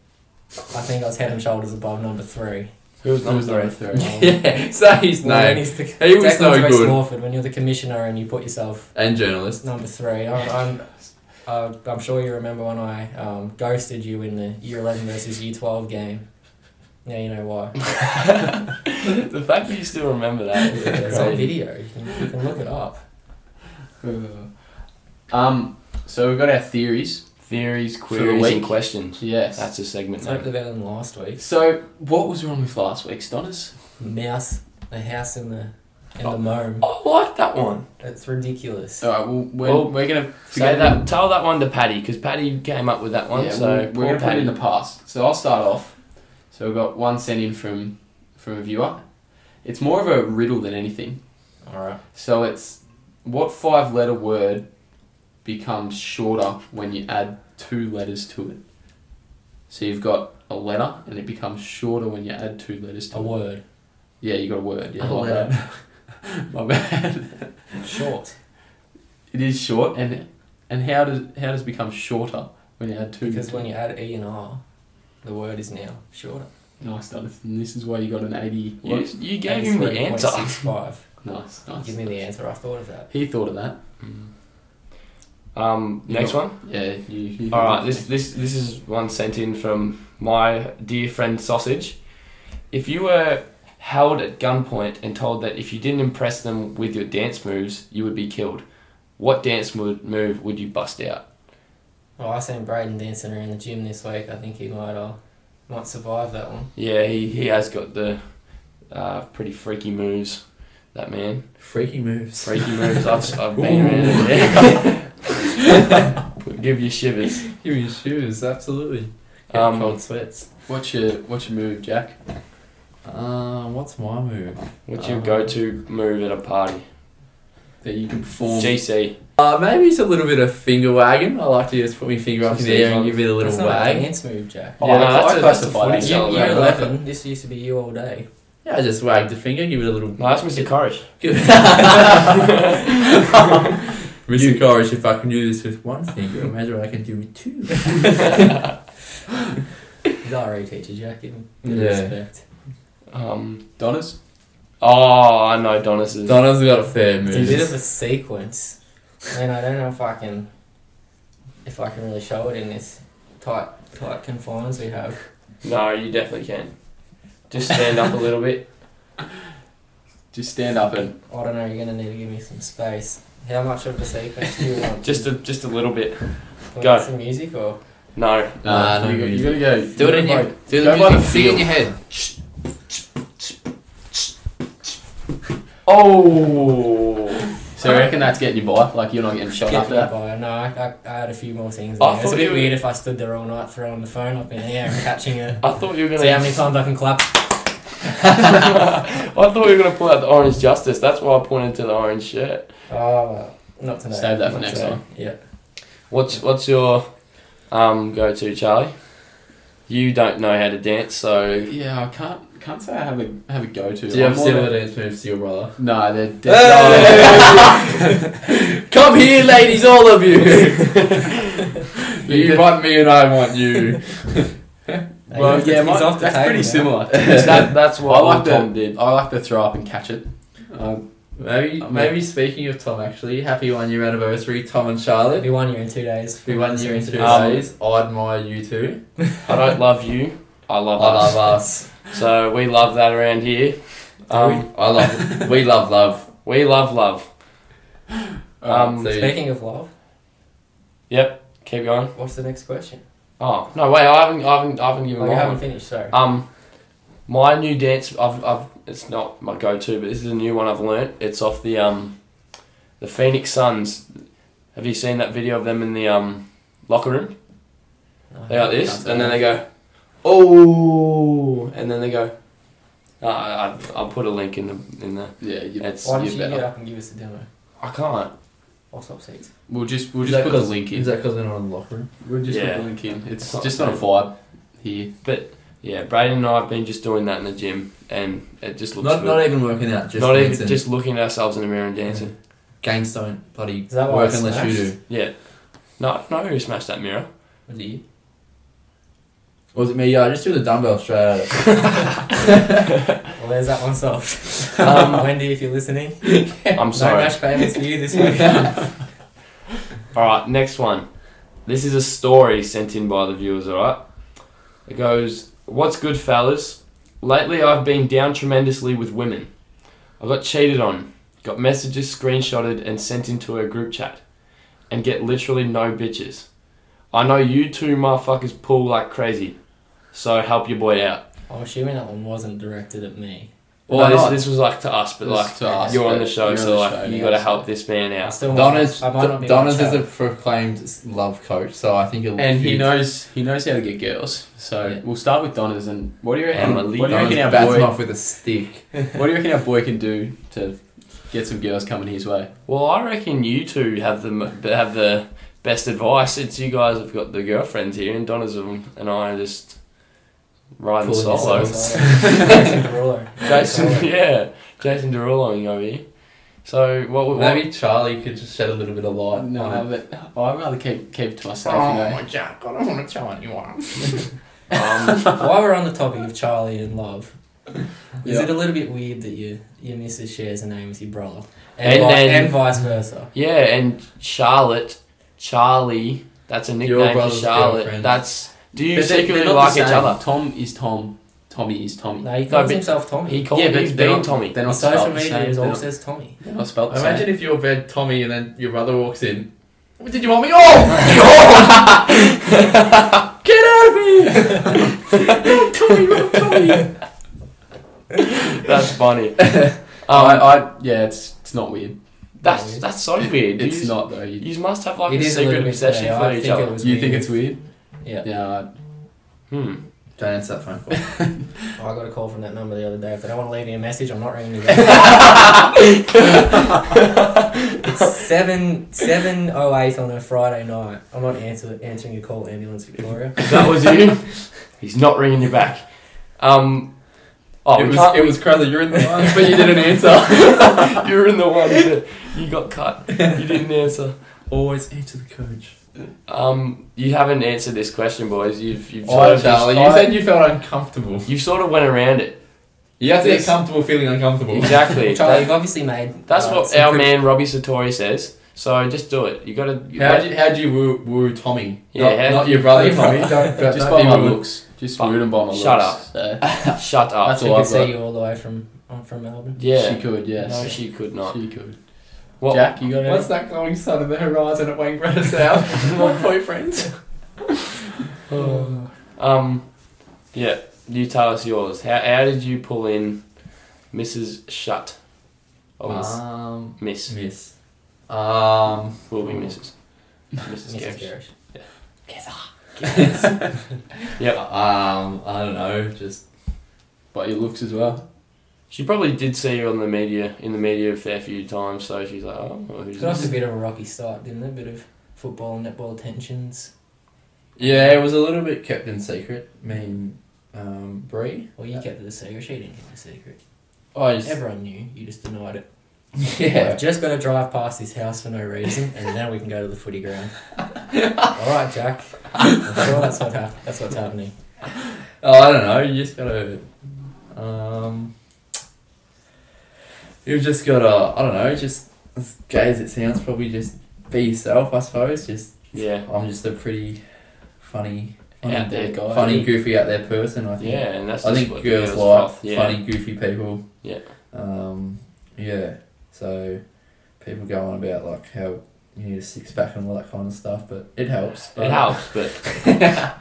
C: I think I was head and shoulders above number three.
B: Who was
E: that was
B: number
E: number
B: three?
E: three.
D: yeah, say his
C: Well, when
D: name.
C: he's the,
D: He was
C: Declan's
D: so
C: Reece
D: good.
C: Lawford, when you're the commissioner and you put yourself
D: And
C: as
D: journalist.
C: number three, I'm, I'm, uh, I'm sure you remember when I um, ghosted you in the year 11 versus year 12 game. Now you know why.
B: the fact that you still remember that. is
C: It's on
B: crazy.
C: video. You can, you can look it up.
E: Um so we've got our theories.
B: Theories,
E: the
B: queries, and
E: week.
B: questions.
E: Yes.
B: That's a segment.
C: It's
B: name.
C: hopefully better than last week's.
E: so what was wrong with last week's Donners?
C: Mouse, the house in the in
B: Oh.
C: the mome.
B: I like that one.
C: It's ridiculous.
E: Alright, well we're,
B: Well,
E: we're gonna
B: Say
E: forget
B: that. Tell that one to Paddy because Paddy came up with that one.
E: Yeah,
B: so
E: we're, we're
B: poor
E: gonna put it in
B: Paddy.
E: the past. So I'll start off. So we've got one sent in from from a viewer. It's more of a riddle than anything.
C: All right.
E: So it's what five letter word becomes shorter when you add two letters to it. So you've got a letter and it becomes shorter when you add two letters to
C: A
E: it.
C: word.
E: Yeah, you got a word. Yeah,
D: A
E: my
D: letter.
E: bad. (laughs) my bad.
C: Short.
E: It is short and and how does how does it become shorter when you add two
C: Because
E: to it?
C: when you add E and R, the word is now shorter.
E: Nice done. And this is why you got an eighty
B: You, you gave him the answer.
C: 83.65.
E: Nice, nice.
C: Give me the answer. I thought of that.
E: He thought of that.
B: Um,
E: You
B: next
E: got-
B: one.
E: Yeah, you. you
B: All right. This this this is one sent in from my dear friend Sausage. If you were held at gunpoint and told that if you didn't impress them with your dance moves, you would be killed, what dance mo- move would you bust out?
C: Well, I seen Braden dancing around the gym this week. I think he might uh, might survive that one.
B: Yeah, he he has got the uh, pretty freaky moves. That man.
D: Freaky moves.
B: Freaky
D: (laughs)
B: moves. I've, I've been around it. (laughs) yeah. (laughs) Give you shivers.
D: Give me your shoes, absolutely. Get
B: Um,
D: cold sweats.
E: What's your What's your move, Jack?
D: Uh, what's my move?
B: What's
D: Um,
B: your go-to move at a party?
E: That you can perform.
B: GC.
D: Uh, maybe it's a little bit of finger wagging. I like to just put my finger up in
B: Just
D: the air
B: these
D: and give it a little
C: That's not a
D: wag.
C: dance move, Jack.
E: Oh,
B: Yeah, no,
E: I-
B: that's
E: I
B: a-
E: classify
B: that's a footy
E: that as
C: You,
B: celebrate.
C: you're
E: celebrating.
B: Yeah.
C: 11. (laughs) This used to be you all
B: (laughs)
C: day.
D: Yeah, I just wag the finger, give it a little.
B: No,
D: (laughs)
B: that's Mr. Corrish.
D: Give-
B: (laughs)
D: Mr. Corrish, if I can do this with one finger, imagine what I can do with two.
C: He's our RE teacher, Jack. Give him a bit of
D: Yeah.
C: respect.
B: Um,
E: Donners?
B: oh, I know Donis is.
D: (laughs) Donna's got a fair
C: It's a bit of
D: move.
C: a sequence, and I don't know if I can, if I can really show it in this tight, tight confines we have.
B: no, you definitely can. Just stand up a little bit.
E: Just stand up and
C: I don't know. You're gonna need to give me some space. How much of a sequence do you want?
B: (laughs) Just a just a little bit.
C: Do we
B: go.
C: want Some music or
B: No.
D: Nah, no
E: you, got-
D: music.
E: you gotta go.
D: Do it in
E: you.
D: your
E: gotta
D: do
B: Go
D: the
B: by the
D: music. Sing it in your head.
B: Oh.
E: vote. So I reckon that's getting you by. Like you're not getting shot
C: get
E: after
C: me a
E: that.
C: bio? No, I, I, I had a few more things.
B: I
C: in there. It's a
B: thought
C: bit
B: you-
C: weird if I stood there all night throwing the phone up in the air and catching it.
B: (laughs) I thought you were gonna.
C: See how many times I can clap.
B: (laughs) I thought you were gonna pull out the orange justice. That's why I pointed to the orange shirt.
C: Oh, well, not today.
E: Save that for
C: Not
E: next
C: today.
E: time.
C: Yeah.
B: What's what's your um go to, Charlie? You don't know how to dance, so
E: Yeah, I can't can't say I have a have a go to.
D: Do you have similar dance moves to your brother?
E: No, they're. they're
B: (laughs)
D: Hey! Come here, ladies, all of you.
C: (laughs)
D: you want me and I want
B: (laughs)
D: you.
C: (laughs)
E: well,
C: Hey,
E: yeah,
C: he's
E: mine-
C: off the
E: that's
C: table
E: pretty
C: now.
E: similar.
B: that, that's
E: I
B: what
E: like
B: old Tom
E: the
B: did.
E: I like the throw up and catch it. Um,
D: Maybe,
E: I'm
D: maybe speaking of Tom, actually, happy one year anniversary, Tom and Charlotte.
C: It'll be one year in two days.
D: Be one year in two
B: Um,
D: days. I admire you too.
B: I don't love you. I
D: I
B: love
D: love
B: us.
D: us.
B: So we love that around here. Um,
D: I
B: (laughs)
D: love. We love love.
B: we love love. Um,
D: so you-
C: Speaking of love,
B: keep going.
C: what's the next question?
B: Oh no, wait. I haven't. I haven't. I haven't given
C: Oh, you
B: mine.
C: haven't finished, sorry.
B: Um, my new dance, I've, I've, it's not my go-to, but this is a new one I've learnt. It's off the um, the Phoenix Suns. Have you seen that video of them in the um locker room?
C: No,
B: They like this, and then they go, oh, and then they go. Uh, I, I'll put a link in the in the.
E: yeah, you,
B: It's
C: Why don't
E: you
C: you
E: better.
D: uh,
C: get up and give us a demo?
B: I can't.
C: I'll stop seats.
E: we'll just we'll
D: Is
E: just
D: that
E: put the
D: 'cause-
E: link in.
D: Is that because they're not in the locker room? Oh,
E: We'll just
B: Yeah.
E: put the link in. It's
B: It's not
E: just
B: the
E: not a vibe here.
B: Yeah, Braden and I have been just doing that in the gym, and it just looks
D: Not,
B: good.
D: not even working out. Just
B: Not even
D: dancing.
B: just looking at ourselves in the mirror and dancing.
D: gangs don't bloody
C: Is that why
D: work
C: I
D: unless you
C: smashed?
D: do.
B: Yeah. No, no, who smashed that mirror?
D: Was it you? Or was it me? Yeah, I just threw the dumbbell straight at (laughs) it.
C: Well, there's that one solved.
B: Um,
C: Wendy, if you're listening, (laughs)
B: I'm
C: no
B: sorry.
C: match payments for you this week.
B: All right, next one. This is a story sent in by the viewers. All right, it goes, "What's good, fellas? Lately, I've been down tremendously with women. I got cheated on, got messages screenshotted and sent into a group chat, and get literally no bitches. I know you two motherfuckers pull like crazy, so help your boy out.
C: I'm assuming that one wasn't directed at me.
B: Well,
E: No,
B: this,
E: no.
B: this was like to us, but
E: This
B: like
E: is to us,
B: you're on
E: but
B: the show,
E: you're on
B: so
E: the
B: like
E: show
B: you
E: now,
B: got to
E: so-
B: help this man
C: I
B: out.
C: still might-
D: Donna's,
C: I might not be
D: Donna's
C: much
D: is a
C: help.
D: proclaimed love coach, so I think it'll
E: And he
D: huge.
E: knows he knows how to get girls. So
C: Yeah.
E: we'll start with Donners and what do you reckon?
B: Emily
E: what do you
D: Donna's
E: reckon our
D: bats him
E: boy?
D: off with a stick.
E: What do you reckon our boy can do to get some girls coming his way?
B: Well, I reckon you two have the m- have the best advice since you guys have got the girlfriends here, and Donna's and and I are just riding
D: Pulling
B: solo. (laughs)
D: yourselves.
C: (laughs) Jason Derulo.
B: Jason,
C: Solo.
B: yeah, Jason Deruloing over here. So what? what
D: Maybe Charlie could just shed a little bit of light.
E: No, Oh,
D: on it.
E: but I'd rather keep keep it to
B: Oh
E: myself. You know.
D: god, I don't want to tell anyone.
E: (laughs)
B: (laughs) Um,
C: While we're on the topic of Charlie and love, is
E: Yeah.
C: it a little bit weird that you your missus shares a name with your brother,
B: And
C: and, vi-
B: then-
C: and vice versa?
B: yeah, and Charlotte, Charlie. That's a nickname for
D: brother's
B: Charlotte.
D: girlfriend.
B: That's. Do you
E: But they're-
B: secretly
E: they're not
B: like
E: the
B: each
E: same.
B: other?
E: Tom is Tom. Tommy is Tommy.
C: No, he
B: No,
C: calls
B: but-
C: himself Tommy.
B: He
C: He
B: called.
E: Yeah, but
B: he's
E: they're
B: been
E: not-
B: Tommy.
E: They're not
C: social
E: spelled the
C: media
E: same.
C: is
E: They're
C: all
E: not-
C: says Tommy.
E: they're not spelled the same.
D: Imagine if your bed Tommy and then your brother walks in. What did you want me?
E: (laughs)
D: Oh!
B: (laughs) That's
E: (laughs)
B: funny.
E: Oh, I,
B: Um,
E: I, yeah, it's it's not weird.
B: that's that's so weird.
E: It's
B: you,
E: not though. You,
B: You must have like a
C: little
B: secret
C: bit
B: obsession
C: weird.
B: for
C: I
B: each
C: think it
B: other.
C: was
E: you
C: weird.
E: think it's weird?
C: Yeah.
E: Yeah. I-
B: Hmm.
D: Don't answer that phone call.
E: (laughs)
C: I got a call from that number the other day. If they don't want to leave me a message, I'm not
B: (laughs)
C: ringing you back.
B: Hmm.
E: (laughs)
C: it's seven seven oh eight on a Friday night. I'm not answer, answering your call, ambulance Victoria.
B: If that was you, he's not ringing you back. Um, oh,
D: it
B: we
D: was
B: can't,
D: it was Crowther. You're in
E: (laughs)
D: the lines, but you didn't answer. (laughs)
B: you were in the one that you got cut. You (laughs) didn't answer.
D: Always answer the coach.
B: Um, you haven't answered this question, boys. You've you've sort
D: Oh,
B: of
D: Charlie, you
E: I-
D: said you felt uncomfortable.
B: you sort of went around it.
D: You have to get
B: Yes.
D: comfortable feeling uncomfortable. (laughs)
B: Exactly.
C: Charlie,
B: That-
C: you've obviously made.
B: that's
C: uh,
B: what
C: some
B: our
C: pretty-
B: man Robbie Satori says. So just do it. You gotta. you-
D: How'd you, how'd you woo, woo Tommy?
B: Yeah,
D: not,
B: how'd
D: not your
C: Oh,
D: brother
C: your
D: Tommy.
C: brother.
D: Don't- don't
E: Just
D: be
E: by my
D: rude.
E: looks. Just
B: Fuck.
E: rude and by my
B: Shut
E: looks. Uh, Shut up.
B: shut up.
E: That's
C: She
E: all
C: could
E: I've
C: see
E: got.
C: you all the way from I'm from Melbourne.
B: Yeah.
E: She could,
B: No,
E: yes.
B: she could not.
E: She could.
B: What?
E: Jack, you got
D: What's
E: any?
D: that glowing sun in the horizon at Wayne Brenner South? (laughs) One point, friends.
B: Um, yeah. You tell us yours. How how did you pull in, Mrs. Shut? Oh,
D: Um,
B: Miss
D: miss. Um,
B: will be
D: (laughs)
B: Mrs.
C: Mrs.
B: Mrs. Gersh.
C: Gerrish.
B: Yep.
D: um, I don't know. Just
E: But your looks as well.
B: She probably did see her on the media in the media a fair few times, so she's like, oh, well, who's
C: It was
B: this?
C: a bit of a rocky start, didn't it? A bit of football and netball tensions.
D: yeah, it was a little bit kept in secret. Me and um, Bree.
C: Well, you kept it a secret. She didn't keep it a secret.
E: Oh,
D: I just
C: Everyone knew. You just denied it.
D: yeah.
C: I've just got to drive past this house for no reason, and now we can go to the footy
B: (laughs)
C: ground. all right, Jack. I'm sure that's what hap- that's what's happening.
D: (laughs) Oh, I don't know. You just gotta. Um, you've just gotta. I don't know. Just as gay as it sounds, probably just be yourself. I suppose. Just
B: Yeah.
D: I'm just a pretty funny,
B: Funny
E: Out there, guy.
D: funny, goofy out there person. I think.
B: Yeah, and that's
D: I
B: just
D: think
B: what
D: girls,
B: love.
D: like funny, goofy people.
B: Yeah.
D: Um. Yeah. So, people go on about like how you need a six pack and all that kind of stuff, but it helps.
B: It
D: but-
B: helps, but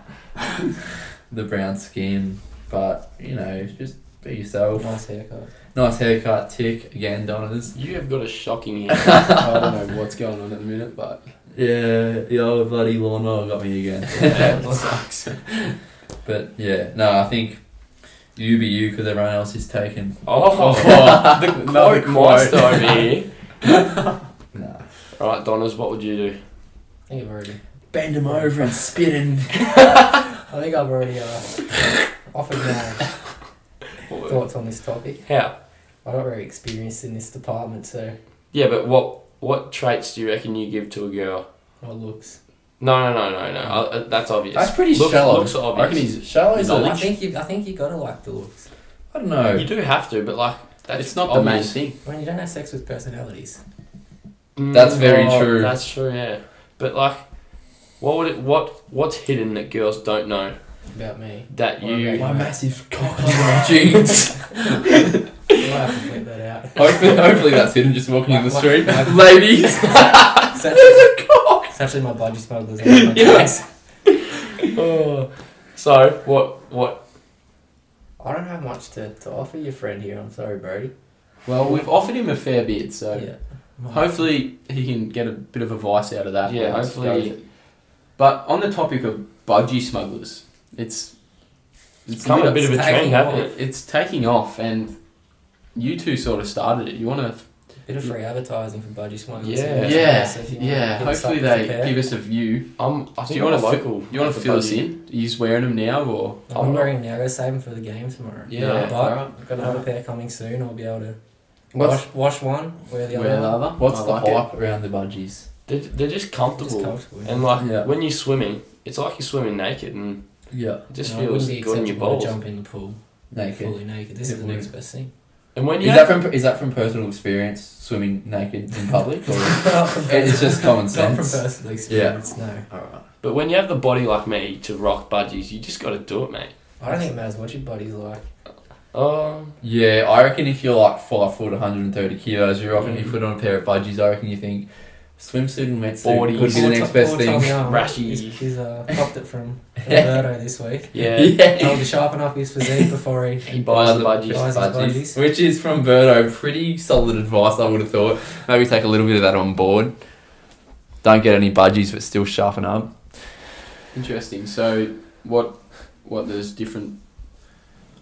D: the brown skin, but you know, just be yourself.
C: Nice haircut.
D: Nice haircut, tick again, Donners.
B: you have got
D: (laughs)
B: a shocking hair.
E: I don't know what's going on at the minute, but
D: Yeah, the old bloody lawnmower got me again.
B: (laughs) (laughs) Yeah, it sucks.
D: but yeah, no, I think you be you because everyone else is taken. (laughs)
B: Oh, the
E: Another
B: quote monster
E: quote.
B: over here.
D: Nah.
B: All right, Donners, what would you do?
C: I think I've already.
D: Bend him over and spit him.
C: I think I've already uh, offered
B: (laughs)
C: my thoughts on this topic.
B: How?
C: I'm not very experienced in this department, so
B: Yeah, but what what traits do you reckon you give to a girl?
C: my looks.
B: No, no, no, no, no. Uh, that's obvious.
D: That's pretty
B: looks,
D: shallow.
B: Looks are
E: I reckon
B: obvious.
E: he's
D: Shallow
E: He's
D: is
E: a
D: a
E: lynch.
C: I think you. I think you gotta like the looks.
D: I don't know.
B: You do have to, but like that's
E: it's not
B: obvious.
E: the
C: (laughs)
E: main thing.
C: When you don't have sex with personalities,
B: Mm,
D: That's very
B: oh,
D: true.
B: That's true. Yeah, but like, what would it? What what's hidden that girls don't know
C: about me,
B: that
C: What
B: you?
C: about
D: My
C: you? (laughs)
D: massive cock on my
E: (laughs)
D: jeans.
C: you might have to flip that out.
D: hopefully, hopefully that's hidden just walking in the
C: Like-
D: street.
C: like-
D: Ladies,
C: It's actually, it's actually my budgie smugglers.
E: (laughs)
C: on my
D: Yes.
B: Oh. (laughs) So what what?
C: I don't have much to, to offer your friend here. I'm sorry, Brody.
E: Well, we've offered him a fair bit, so
C: Yeah.
E: hopefully he can get a bit of advice out of that.
B: Yeah,
E: Let's
B: hopefully-
E: go with it. But on the topic of budgie smugglers, it's
B: It's become a bit of a
C: It's
B: trend,
C: taking
B: hasn't
C: off.
B: it?
E: it's taking off, and you two sort of started it. You want to
C: bit of free advertising for budgie smugglers.
B: Yeah.
E: Yeah,
C: So if you want to
E: yeah.
C: hit us
E: Hopefully
C: up with
E: they
C: a pair.
E: give us a view.
B: Um, I
E: Do
B: think
E: you
B: you want
E: want
B: a
E: to
B: local.
E: You want to
B: for
E: fill us
B: budgie.
E: in? He's wearing them now, or
C: I'm wearing now. Go save them for the game tomorrow.
B: Oh, Yeah.
C: But I've got another pair coming soon. I'll be able to
D: What's-
C: wash, wash one, wear the
E: Wear
C: other.
E: the
C: one.
E: other.
D: what's
E: I
D: the
E: like it.
D: hype around the budgies?
B: They're, they're just
C: Just
B: comfortable.
C: comfortable.
B: And like
D: Yeah.
B: when you're swimming, it's like you're swimming naked, and
D: Yeah,
B: it just
C: You know, it
B: feels
C: wouldn't be
B: good in your
C: acceptable
B: balls.
C: to Jump in the pool
D: naked.
C: fully naked. This
D: It
C: is the
D: would.
C: next best thing.
B: And when you
D: Is that from is that from personal experience swimming naked in
C: (laughs)
D: public, or it's just common
C: Not from
D: sense?
C: personal experience. No,
D: Alright.
B: but when you have the body like me to rock budgies, you just got to do
D: (laughs)
B: it, mate.
C: I don't think it matters what your body's like.
B: Um,
D: Yeah, I reckon if you're like five foot, 130 kilos, you reckon
E: Mm.
D: you put on a pair of budgies. I reckon you think swimsuit and wetsuit
B: Forties.
D: could be the
C: Poor
D: next
C: Tom-
D: best
C: poor
D: thing.
C: Tommy Arm.
B: Rashy.
C: He's, he's
B: (laughs)
C: uh, popped it from Roberto this week.
D: (laughs)
B: yeah,
D: Yeah.
C: Told to sharpen up his physique before he.
B: he buys the
D: Buys
B: budgies.
D: the
C: budgies.
D: budgies, which is from Birdo. Pretty solid advice, I would have thought. Maybe take a little bit of that on board. Don't get any budgies, but still sharpen up.
E: Interesting. So, what what there's different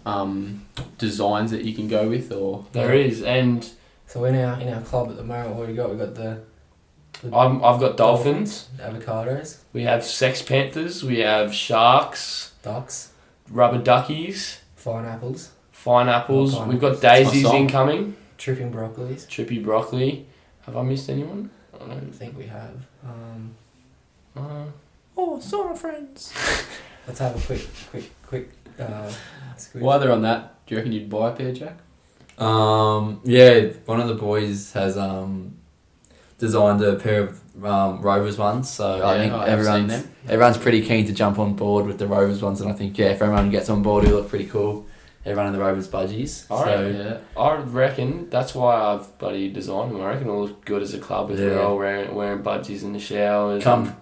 E: um, designs that you can go with, or
B: There is, and
C: So in our in our club at the moment, what we got? We got the. the
B: I'm, I've got dolphins.
C: Avocados,
B: We have sex panthers. We have sharks,
C: ducks,
B: rubber duckies,
C: fine apples,
B: fine apples.
C: Fine
B: We've got
E: That's my
B: daisies
E: song.
B: incoming.
C: tripping broccolis.
B: Trippy broccoli. Have I missed anyone? I don't
C: I think we have. Um,
B: Uh,
D: Oh, sauna friends.
C: let's have a quick, quick, quick. Uh, squeeze.
E: while they're on that, Do you reckon you'd buy a pair, Jack?
D: Um, yeah, one of the boys has um, designed a pair of um, Rovers ones, so I
E: Yeah,
D: think
E: I have seen
D: everyone's
E: them.
D: everyone's pretty keen to jump on board with the Rovers ones, and I think yeah, if everyone gets on board, it'll look pretty cool. Everyone in the Rovers budgies.
B: All right.
D: so,
E: yeah.
B: I reckon that's why I've bloody designed them. I reckon it'll look good as a club if we're
D: Yeah.
B: all wearing, wearing budgies in the showers.
D: Come-
B: and-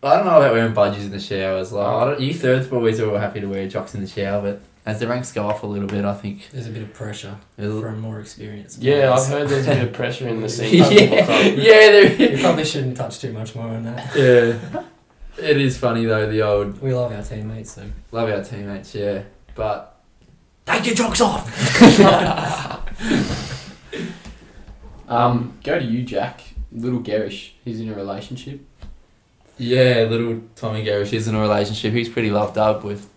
D: I don't know about wearing budgies in the showers. Like, I don't, you thirds boys are all happy to wear jocks in the shower, but as the ranks go off a little bit, I think
C: There's a bit of pressure
D: it'll,
C: from more experience.
B: yeah, I've heard there's a
C: (laughs)
B: bit of pressure in the scene.
D: yeah, (laughs) (laughs) yeah,
E: (laughs)
D: there
C: You
D: is.
C: probably shouldn't touch too much more on that.
D: yeah. It is funny though. The old
C: We love our teammates,
E: (laughs)
C: so
D: Love our teammates, yeah. But take your jocks off.
E: Um, go to you, Jack. Little Gerrish. He's in a relationship.
D: Yeah, little Tommy Garish is in a relationship. He's pretty loved up with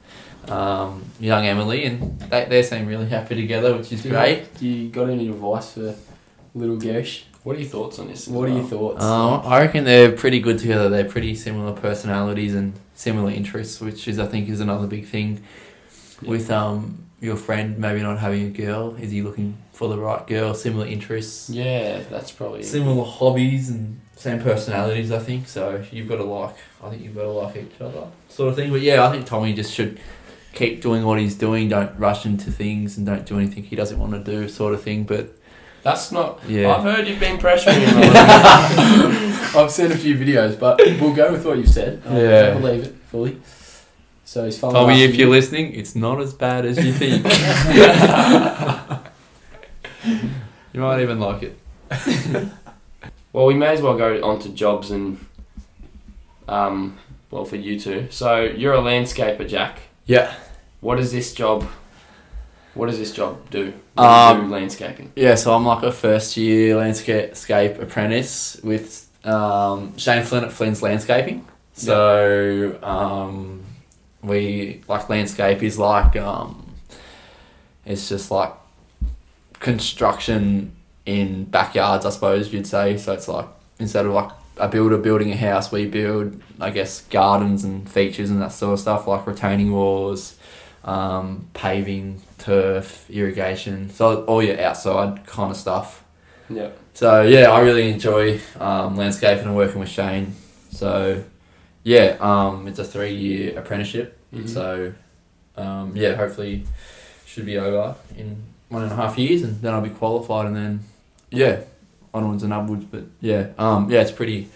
D: um, young Emily, and they they seem really happy together, which is
E: Do you-
D: great.
E: Do you got any advice for little Gerrish?
B: What are your thoughts on this? as
E: What are your
B: well?
E: thoughts?
D: Um, I reckon they're pretty good together. They're pretty similar personalities and similar interests, which is I think is another big thing with um your friend maybe not having a girl. Is he looking for the right girl? Similar interests.
B: Yeah, that's probably.
D: similar hobbies and same personalities, I think. So you've got to like, I think you've got to like each other, sort of thing. But yeah, I think Tommy just should keep doing what he's doing. Don't rush into things and don't do anything he doesn't want to do, sort of thing. But
B: That's not. I've
D: yeah,
B: heard you've been pressuring him. a
D: (laughs)
B: lot.
E: I've seen a few videos, but we'll go with what you've said. I
D: Yeah.
E: don't believe it fully. So he's following.
D: Tommy, if
E: you
D: you're listening, it's not as bad as you
B: (laughs)
D: think. (laughs) you might even like it.
B: well, we may as well go on to jobs and. Um, well, for you two. So, you're a landscaper, Jack.
D: Yeah.
B: What does this job. What does this job do? What do you
D: Um,
B: do landscaping.
D: Yeah, so I'm like a first year landscape apprentice with um, Shane Flynn at Flynn's Landscaping. So um, we like landscape is like um, it's just like construction in backyards, I suppose you'd say. So it's like instead of like a builder building a house, we build I guess gardens and features and that sort of stuff like retaining walls, um, paving, turf, irrigation. So all your outside kind of stuff.
B: Yeah.
D: So yeah, I really enjoy um, landscaping and working with Shane. So yeah, um, it's a three year apprenticeship.
B: Mhm.
D: So um, yeah, hopefully should be over in one and a half years, and then I'll be qualified, and then yeah, onwards and upwards. But yeah, um, yeah, it's pretty.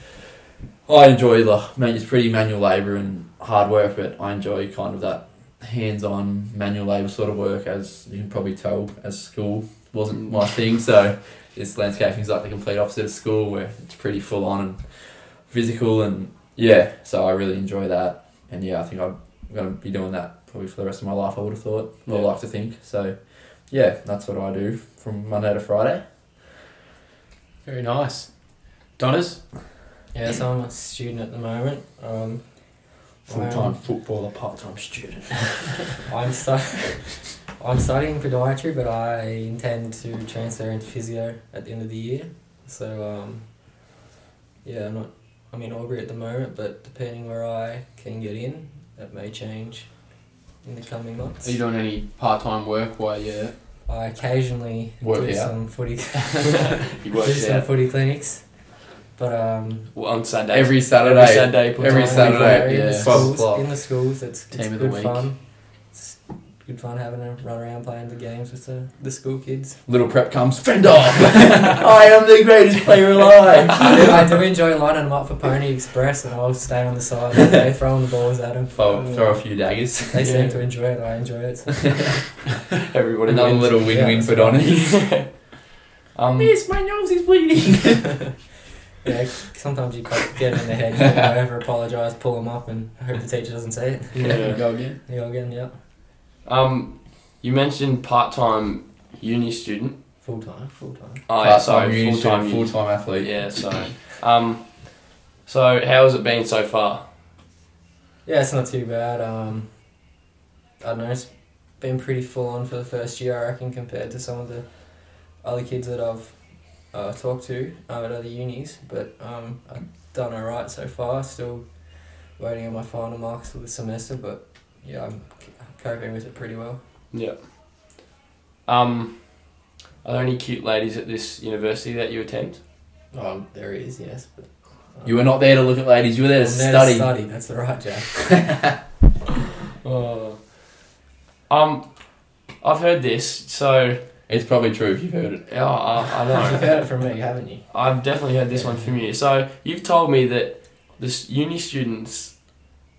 D: I enjoy the man. It's pretty manual labour and hard work, but I enjoy kind of that hands-on manual labour sort of work. As you can probably tell, as school wasn't my thing, so this landscaping's like the complete opposite of school where it's pretty full on and physical and yeah so i really enjoy that and yeah i think i'm going to be doing that probably for the rest of my life i would have thought or
B: Yeah.
D: like to think so yeah that's what i do from monday to friday
E: Very nice. Donners?
C: yeah, so I'm a student at the moment. Um,
D: full-time footballer part-time student
C: I'm stu- (laughs) I'm studying podiatry, but I intend to transfer into physio at the end of the year. So um, yeah, I'm not. I'm in Aubrey at the moment, but depending where I can get in, that may change in the coming months.
E: Are you doing any part time work while
B: (laughs)
E: you're. (laughs)
C: I occasionally
D: Work
C: do
D: out.
C: some footy,
B: He
C: (laughs) do
B: works
C: some
B: out
C: footy clinics, but um,
B: well, on Sunday.
D: every saturday
B: Every Saturday. puts
D: Every
B: on-
D: Saturday.
C: in,
E: yeah.
C: the
D: 12
C: schools,
D: o'clock.
C: in the schools, it's, it's
E: Team of the
C: good
E: week.
C: fun. It's good fun having a run around playing the games with the, the school kids.
D: (laughs)
C: (laughs)
D: little prep comes fend off (laughs) i am the greatest player
C: (laughs)
D: alive
C: I do enjoy lining them up for Pony Express, and I'll stay on the side. all day throwing the balls at (laughs) them.
D: throw, throw a few daggers
C: They
B: Yeah.
C: seem to enjoy it. I enjoy (laughs) it. So.
D: (laughs)
B: Everybody
D: another
B: wins.
D: little win-win
C: Yeah,
D: for donnie (laughs)
B: Um,
D: my nose is bleeding
C: Yeah, sometimes you cut- get in the (laughs) head, you go over, apologise, pull them up, and hope the teacher doesn't see it.
B: yeah.
E: Go again?
C: You go again, yeah.
B: um, you mentioned part-time uni student.
C: Full time, full time.
B: Oh, yeah,
D: part-time
B: so
D: uni
B: full-time
D: student,
B: uni.
D: full-time athlete
B: Yeah, so um, so how has it been so far?
C: Yeah, it's not too bad. Um, I don't know. It's been pretty full on for the first year, I reckon, compared to some of the other kids that I've uh, talked to uh, at other unis. But um, I've done alright so far. Still waiting on my final marks for the semester, but yeah, I'm c- coping with it pretty well.
B: Yeah. Um, are there any cute ladies at this university that you attend?
C: Um, there is, yes. But, um,
D: You were not there to look at ladies. You were there to
C: I'm there to
D: study.
C: study. That's the right, Jack.
B: Oh. Um, I've heard this, so
E: It's probably true if you've heard it.
B: yeah,
C: (laughs)
B: I, I
C: You've
B: know.
C: heard it from me, haven't you?
B: I've definitely heard this one from you. So you've told me that the s- uni students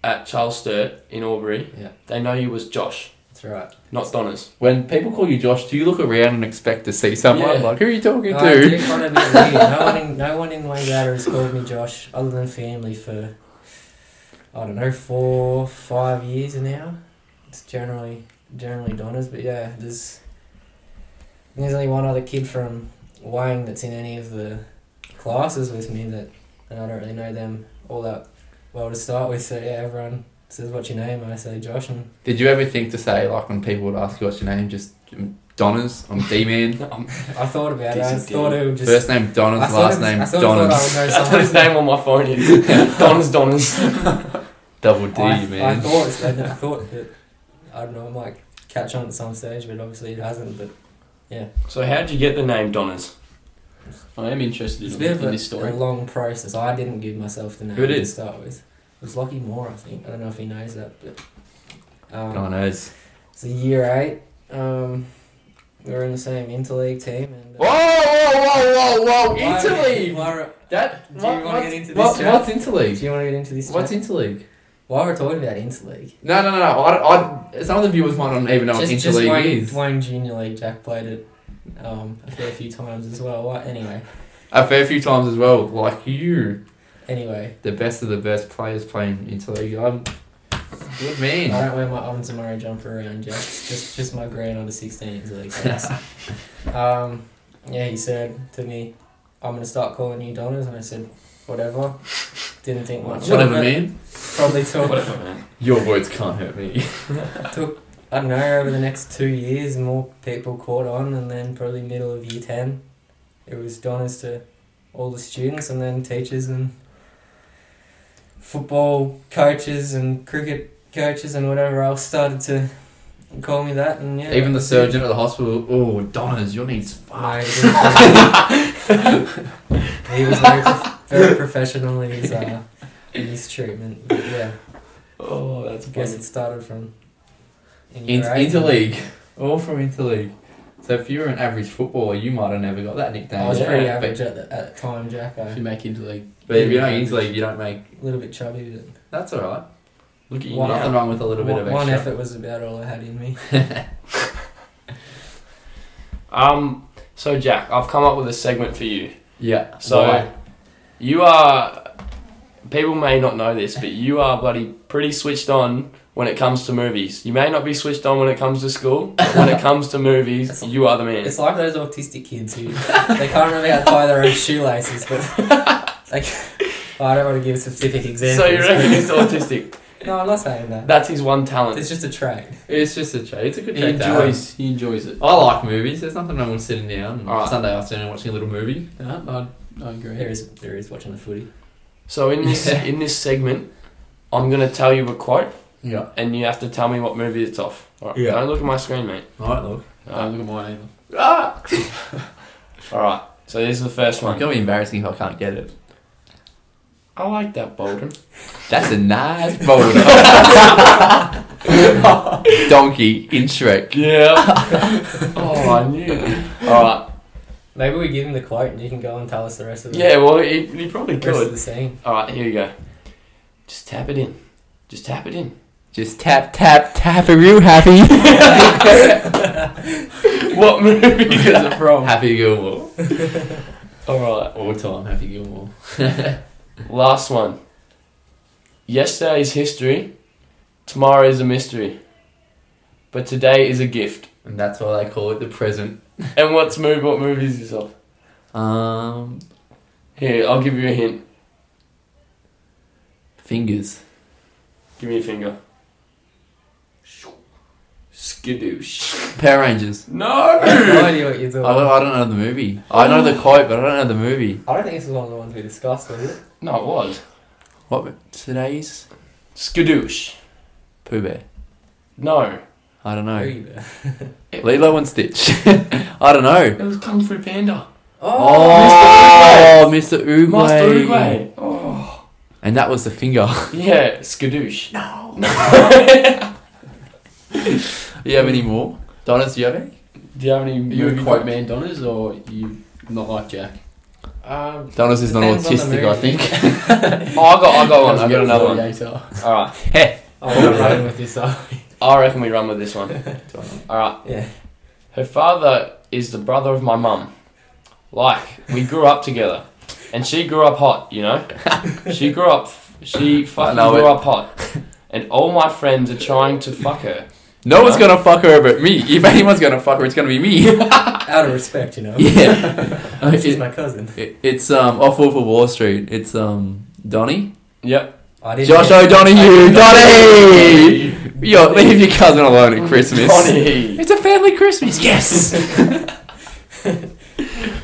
B: at Charles Sturt in Albury,
C: Yeah.
B: they know you was Josh,
C: That's right.
B: not Donners.
D: When people call you Josh, do you look around and expect to see someone?
B: Yeah.
D: Like, who are you talking
C: No, I
D: to?
C: do find it a bit weird. No one in no one in Wangata has called me Josh, other than family, for I don't know four, five years now. It's generally generally Donners, but yeah, there's there's only one other kid from Wang that's in any of the classes with me that, and I don't really know them all that well to start with. So yeah, everyone says what's your name, and I say Josh, and
D: Did you ever think to say, like, when people would ask you what's your name, just um, Donners? I'm D Man.
B: No, (laughs) I'm-
C: I thought about it. I
B: Decent
C: thought it would just
D: First name Donners,
C: I sort
D: last
C: of-
D: name
C: I sort of thought I
D: Donners.
C: would know
B: that's what his
C: someone.
B: name on my phone (laughs) is. Donners, Donners.
D: Double D,
C: I,
D: man.
C: I thought,
D: (laughs)
C: I thought that, I don't know, it might catch on at some stage, but obviously it hasn't. But
B: So how would you get the name Donners?
E: I am interested
C: it's a
E: in,
C: bit of
E: in
C: a,
E: this story.
C: a long process. I didn't give myself the name
D: Who did?
C: to start with. It was Lockie Moore, I think. I don't know if he knows that, but
D: God
C: um,
D: knows.
C: it's a year eight. Um, we were in the same interleague team. And, uh,
D: Whoa, whoa, whoa, whoa, whoa!
C: Why-
D: Interleague!
C: why are-
D: That,
C: Do you
D: what-
C: wanna
D: what's-
C: get into this
D: what-
C: chat?
D: What's
C: do
D: Interleague?
C: you want to get into this?
D: What's
C: chat?
D: Interleague?
C: Why we're talking about interleague?
D: No, no, no, no. I, I, some of the viewers might not even know what
C: just, just
D: Interleague
C: Wayne,
D: is.
C: Wayne Junior League. Jack played it um, a fair few times as well. Why- Anyway,
D: A fair few times as well, like you.
C: anyway.
D: The best of the best players playing Interleague. I'm good man. (laughs)
C: I don't wear my Owens and Murray jumper around, Jack. Just, just my grand under 16s. Like, that's- um, yeah, he said to me, I'm going to start calling you Donners. And I said, whatever. Didn't think much of
D: Whatever,
C: it.
D: man.
C: Probably
B: (laughs)
C: took,
E: (laughs)
D: Your words can't hurt me.
C: I don't know, over the next two years, more people caught on. And then probably middle of year 10, it was Donners to all the students and then teachers and football coaches and cricket coaches and whatever else started to call me that. And yeah,
D: Even the
C: that's it.
D: surgeon at the hospital. Oh, Donners, your knee's
C: No,
D: fucked.
C: he didn't. (laughs) he was very, prof- very professional in his, uh, in his treatment. But yeah,
B: Oh, that's
C: I guess it started from. in
D: In-
C: your age.
D: Interleague. All from Interleague. So if you were an average footballer, you might have never got that nickname.
C: I was
B: Yeah,
C: Oh, pretty
D: But-
C: average at the, at the time, Jack.
E: If
C: I
E: you make into like
D: But if you don't interleague, you don't make.
C: a little bit chubby, but
D: That's all right.
B: Look at you
C: One
B: now.
D: Nothing wrong with a little bit
C: one,
D: of
C: one
D: extra.
C: effort was about all I had in
D: (laughs)
C: me.
B: Um, so Jack, I've come up with a segment for you.
D: Yeah.
B: So
D: why?
B: you are people may not know this, but you are bloody pretty switched on when it comes to movies. You may not be switched on when it comes to school, but when it comes
E: (laughs)
B: to movies, you are the man.
C: It's like those autistic kids (laughs) who they can't remember how to tie their own shoelaces, (laughs) but like I don't want to give specific examples.
B: So you
C: (laughs) but-
B: reckon he's autistic?
E: (laughs)
C: No, I'm not saying that.
B: That's his one talent.
C: It's just a trait.
D: it's just a trade. It's a good
E: he
D: trade. to have.
E: enjoys he enjoys it.
D: I like movies. There's nothing wrong with sitting down on
B: Alright.
D: Sunday afternoon and watching a little movie.
E: Yeah, I, I agree.
C: There is there is watching the footy.
B: So in this
D: Yeah.
B: in this segment, I'm gonna tell you a quote,
D: Yeah.
B: and you have to tell me what movie it's off. All right.
D: Yeah.
B: Don't look at my screen, mate.
D: All right, look.
E: Don't look at mine either.
B: (laughs)
D: Ah!
B: All right. So here's the first
D: It's going
B: one.
D: to be embarrassing if I can't get it.
B: I like that Bolden.
D: That's a nice boulder. Donkey in Shrek.
B: Yeah. (laughs) oh, I knew. All right.
C: Maybe we give him the quote and you can go and tell us the rest of the
B: Yeah. Well, he, he probably
C: rest of
B: could.
C: the scene.
B: All right. Here you go. Just tap it in. Just tap it in.
D: Just tap, tap, tap. Are you happy?
B: What movie is (laughs) it from?
D: happy Gilmore.
B: All right.
D: All time Happy Gilmore.
B: Last one. Yesterday is history. Tomorrow is a mystery. But today is a gift. (laughs)
D: And that's why they call it the present.
B: And what's movie? What movie is this of?
D: Um,
B: Here, I'll give you a hint.
D: fingers.
B: Give me a finger. Skidoosh.
D: Power
C: I
D: Rangers.
C: have no
E: (coughs)
B: No.
C: idea what you're
D: I,
C: doing. I
D: I don't know the movie. I know the quote, but I don't know the movie.
C: don't think this is one of the ones we discussed, was it?
B: No, it was
D: What today's
B: skidoosh.
D: Pooh Bear?
B: No.
D: I don't
C: Who
D: know.
C: you bet?
D: Lilo and Stitch. (laughs) I don't know.
E: It was Kung Fu Panda.
D: Oh, Mr. Uguay.
B: Master Uguay.
E: Oh.
D: And that was the finger.
B: Yeah, Skadoosh.
D: Do you have any more? Donuts, do you have any?
B: (laughs) Do you have any?
E: Are you a
B: movie-
E: quote man Donners or you not like Jack?
B: Um,
D: Donuts is not
C: Depends on the
D: autistic, I
C: movie.
E: (laughs)
D: think.
B: oh, I got, I got one. I got another one. All right.
C: Oh, I'm not running with this, are we?
B: I reckon we run with
D: (laughs)
B: this one. All right.
C: (laughs) Yeah.
B: Her father is the brother of my mum. Like we grew up together, and she grew up hot.
D: (laughs)
B: You know, she grew up. She fucking
D: know
B: grew
D: it.
B: up hot, and all my friends are trying to fuck her.
D: No one's gonna fuck her but me. (laughs) If anyone's gonna fuck her, it's gonna
E: (laughs)
D: be me. (laughs)
C: Out of respect, you know.
D: yeah. Uh,
C: She's
D: it,
C: my cousin.
D: it- it's um off Wolf of Wall Street. It's um Donnie.
B: Yep.
C: I didn't
D: Josh
C: (laughs)
D: O'Donohue, Donnie! Yo, leave your cousin
E: (laughs)
D: alone at Christmas.
B: Johnny.
D: It's a family Christmas, (laughs) yes!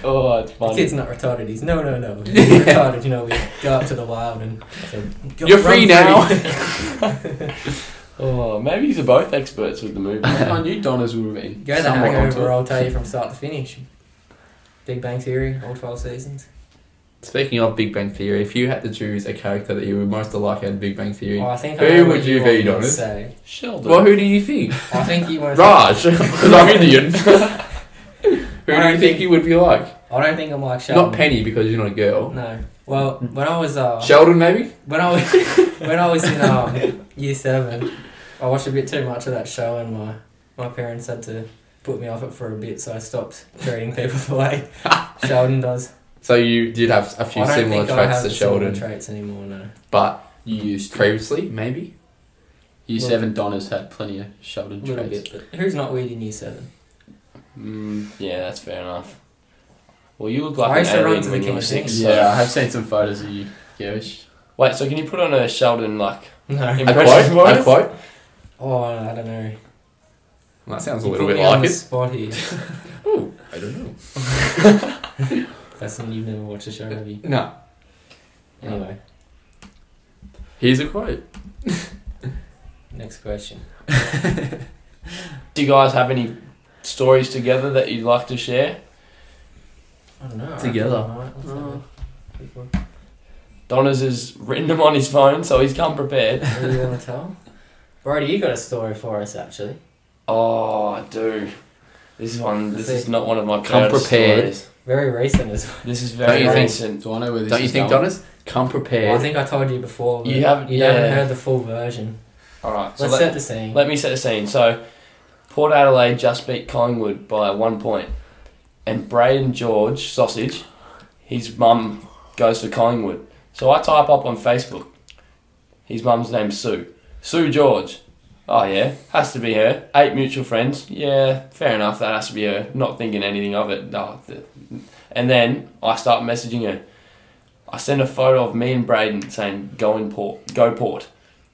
B: Oh, it's
C: The
B: funny.
C: kid's not retarded. He's no, no,
D: (laughs)
C: no. He's retarded. You know, we go out to the wild and say, "Go-
D: You're
C: run
D: free now."
B: Oh, maybe these are both experts with
D: (laughs)
B: the movie.
E: I knew Donners would have been.
C: (laughs) Go the
E: somewhat onto
C: hangover.
E: it.
C: I'll tell you from start to finish. Big Bang Theory, all twelve seasons.
D: Speaking of Big Bang Theory, if you had to choose a character that you would most like out of Big Bang Theory,
C: Oh, I think I
D: Who
C: know
D: would
C: what
D: you
C: want
D: be,
C: me to
D: Donna?
C: say.
E: Sheldon.
D: well, who do you
C: (laughs)
D: think?
C: I think you
D: (laughs)
C: want to.
D: Raj, 'cause I'm
C: (laughs)
D: Indian. (laughs) who do you think he would be like?
C: I don't think I'm like Sheldon.
D: Not Penny because you're not a girl.
C: No. Well, when I was uh,
D: Sheldon, maybe?
C: when I was (laughs) when I was in um, year seven, I watched a bit too much of that show, and my my parents had to put me off it for a bit, so I stopped treating people (laughs) the
D: (laughs)
C: way Sheldon does.
D: So you did have a few
C: I don't
D: similar
C: think I
D: traits
C: have
D: to
C: similar
D: Sheldon,
C: traits anymore. No.
D: but
E: You used to.
D: previously, maybe?
E: Year 7 Donners had plenty of Sheldon
C: Little
E: traits.
C: bit, but who's not weird in year
D: (laughs)
C: seven?
B: Mm, yeah, that's fair enough. Well, you look
C: I
B: like an
C: used to run
B: alien
C: to the
B: when you were
C: kitchen.
B: six. so-
E: Yeah, I have seen some photos of you, Garish.
B: Wait, so can you put on a Sheldon like
C: No.
D: A quote?
B: Impression
D: A
B: wise?
D: quote?
C: Oh, I don't know.
D: Well, that sounds a
C: You
D: little
C: put
D: bit
C: me on
D: like
C: the
D: it.
C: spot here.
D: Oh, I don't know.
C: That's something you've never watched the show, have you?
D: No.
C: Anyway,
D: Here's a quote.
C: next question.
B: Do you guys have any stories together that you'd like to share?
C: I don't know. I reckon
D: Together.
C: I might. Let's have a quick one.
B: Donners has written them on his phone, so he's come prepared.
C: What do you want to tell? Brody, you got a story for us, actually.
B: Oh, I do. This is one. This is not one of my
D: Come
B: proudest
D: prepared.
B: stories.
C: Very recent as well.
B: This is
D: Don't
B: very
D: you think-
B: recent.
E: Do I know where this
D: Don't you
E: is
D: think,
E: going?
D: Donners? Come
C: I
D: prepared.
C: think I told you before. but
B: You haven't-
C: You
B: yeah.
C: haven't heard the full version.
B: All right, so
C: Let's
B: let,
C: set the scene.
B: let me set the scene. So, Port Adelaide just beat Collingwood by one point, and Braden George Sausage, his mum goes to Collingwood. So I type up on Facebook. His mum's name's Sue. Sue George. Oh yeah, has to be her. Eight mutual friends. Yeah, fair enough. That has to be her. Not thinking anything of it. No. th- And then I start messaging her. I send a photo of me and Braden saying "Go in port, go port,"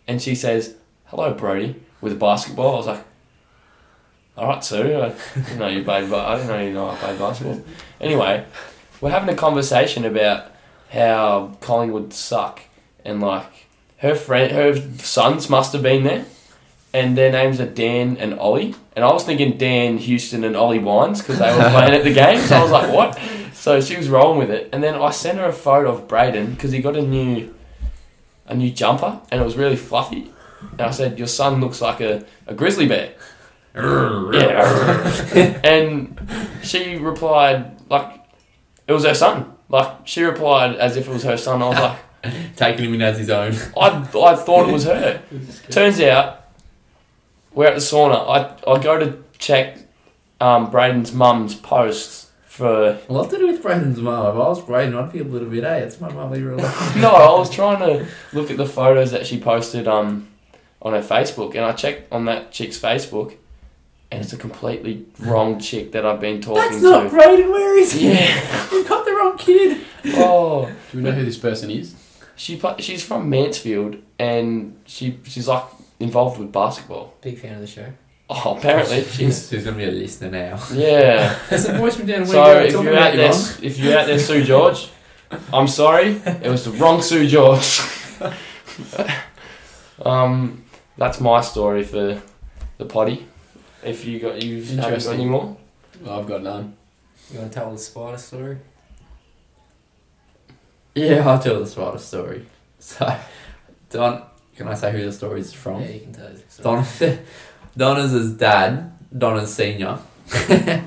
B: and she says "Hello, Brody" with a basketball. I was like, "All right, Sue. I didn't know you played. But I didn't know you know I played basketball." Anyway, we're having a conversation about how Collingwood suck and like her friend, her sons must have been there and their names are Dan and Ollie. And I was thinking Dan Houston and Ollie Wines because they were playing at the game. So I was like, what? So she was rolling with it. And then I sent her a photo of Braden because he got a new, a new jumper and it was really fluffy. And I said, your son looks like a, a grizzly bear. yeah. (laughs) and she replied like it was her son. Like she replied as if it was her son. I was like.
D: Taking him in as his own.
B: I, I thought it was her. Turns out, we're at the sauna. I, I go to check um, Braden's mum's posts for.
D: (laughs) Well, to do with Brayden's mum. If I was Brayden, I'd be a little bit, hey, it's my mum leave her (laughs) alone.
B: No, I was trying to look at the photos that she posted um, on her Facebook, and I checked on that chick's Facebook, and it's a completely wrong chick that I've been talking
D: That's not
B: to.
D: Brayden, where is he?
B: Yeah.
D: (laughs) You've got the wrong kid.
B: Oh.
E: Do we know who this person is?
B: She pla- she's from Mansfield, and she she's like involved with basketball.
C: Big fan of the show.
B: Oh, apparently she's
D: She's going to be a listener now.
B: yeah.
D: There's a voice from down
B: So if you're out there, if you're out there, Sue George, I'm sorry, it was the wrong Sue George. (laughs) um, that's my story for the potty. If you got you haven't got
E: Interesting.
B: any more,
E: I've got none.
C: You want to tell the spider story?
D: Yeah, I'll tell the spider story. So, Don, can I say who the story is from?
C: Yeah, you can tell. the story.
D: Don, (laughs) Donna's his dad, Donna's senior,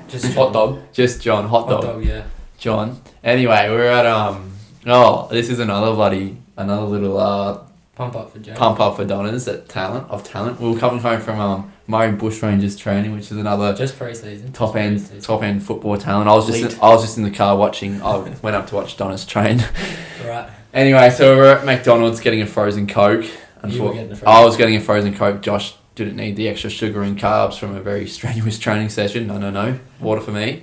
C: Just
B: hot dog.
D: (laughs) just John, hot dog,
C: Hot dog, yeah.
D: John. Anyway, we were at um. Oh, this is another bloody another little uh
C: Pump up for James.
D: pump up for Donna's at talent of talent. We were coming home from um Murray Bush Rangers training, which is another
C: Just pre-season.
D: top end
C: Pre-season.
D: top end football talent. I was just in,
B: Elite.
D: I was just in the car watching. I went up to watch Donna's train.
C: Right.
D: Anyway, so we were at McDonald's getting a frozen coke. and
C: You were getting the frozen
D: I was getting a frozen coke. Josh didn't need the extra sugar and carbs from a very (laughs) strenuous training session. No, no, no. Water for me.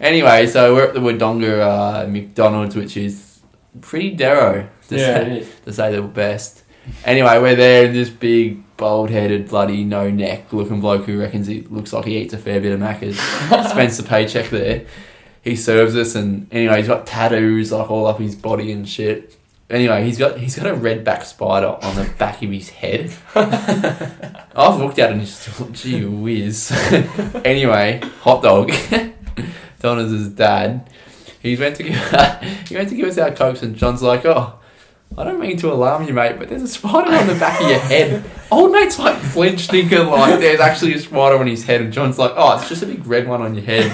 D: Anyway, so we're at the Wodonga uh, McDonald's, which is pretty darrow. To
B: Yeah,
D: say-
B: it is.
D: to say the best. Anyway, we're there, and this big, bald-headed, bloody, no-neck-looking bloke who reckons he looks like he eats a fair bit of macca's
C: (laughs)
D: spends the paycheck there. He serves us, and anyway, he's got tattoos like all up his body and shit. Anyway, he's got he's got a red back spider on the back of his head. I've looked at it and just thought, gee whiz. (laughs) anyway, hot dog. (laughs) Donna's his dad. He went to give (laughs) he went to give us our cokes, and John's like, oh. I don't mean to alarm you, mate, but there's a spider on the back of your head. Old mate's like flinched, thinking like there's actually a spider on his head, and John's like, "Oh, it's just a big red one on your head."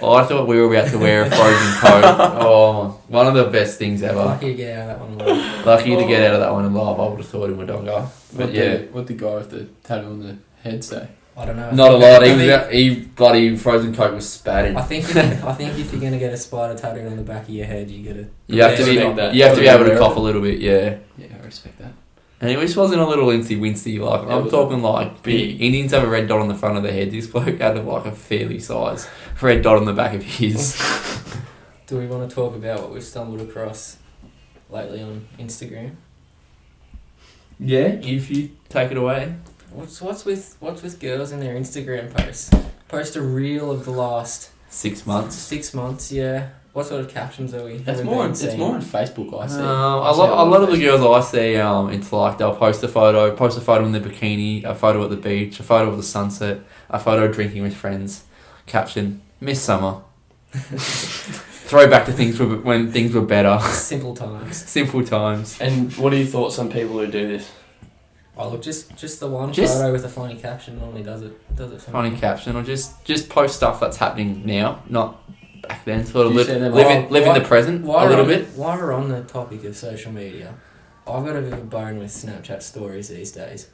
D: Oh, I thought we were about to wear a frozen coat. Oh, one of the best things ever.
C: Lucky to get out of that one. alive.
D: Lucky to get out of that one alive. I would have thought in my dog.
E: What
D: But
E: yeah.
D: yeah,
E: the what the guy with the tattoo on the head say?
C: I don't know.
D: not a
C: lot.
D: lot. He, was- he bloody frozen coat was spat in.
C: I think if, I think if you're gonna get a spider tattooed on the back of your head, you gotta.
D: You have to be,
E: Respect that.
D: you have to be
E: Gotta be
D: able to
E: aware
D: cough
E: of
D: a little bit, yeah.
E: Yeah, I respect that.
D: And he just wasn't a little incy wincy like.
E: Yeah,
D: I'm
E: but-
D: talking like big.
E: Big.
D: Indians have a red dot on the front of their head. This bloke had like a fairly sized red dot on the back of his.
C: Do we want to talk about what we've stumbled across lately on Instagram?
D: Yeah, if you take it away.
C: What's what's with what's with girls in their Instagram posts? Post a reel of the last
D: Six months.
C: six months. Yeah. What sort of captions are we?
E: That's
C: have we
E: more.
C: been
E: On, it's
C: seeing?
E: more on Facebook. I
D: Um,
E: see.
D: a lot, a lot of the girls I see, um, it's like they'll post a photo, post a photo in their bikini, a photo at the beach, a photo of the sunset, a photo drinking with friends. Caption:
E: (laughs)
D: Miss summer. Throwback to things were, when things were better.
C: simple times.
D: (laughs) Simple times.
B: And what do you thought some people who do this?
C: Oh look, just just the one
D: Just-
C: photo with a funny caption normally does it does it for
D: Funny
C: me.
D: caption, or just just post stuff that's happening now, not back then. Sort of
E: You
D: live,
E: said that-
D: live, in, live in
C: Why-
D: the present
C: While
D: a little
C: we're on-
D: bit.
C: While we're on the topic of social media, I've got a bit of a bone with Snapchat stories these days.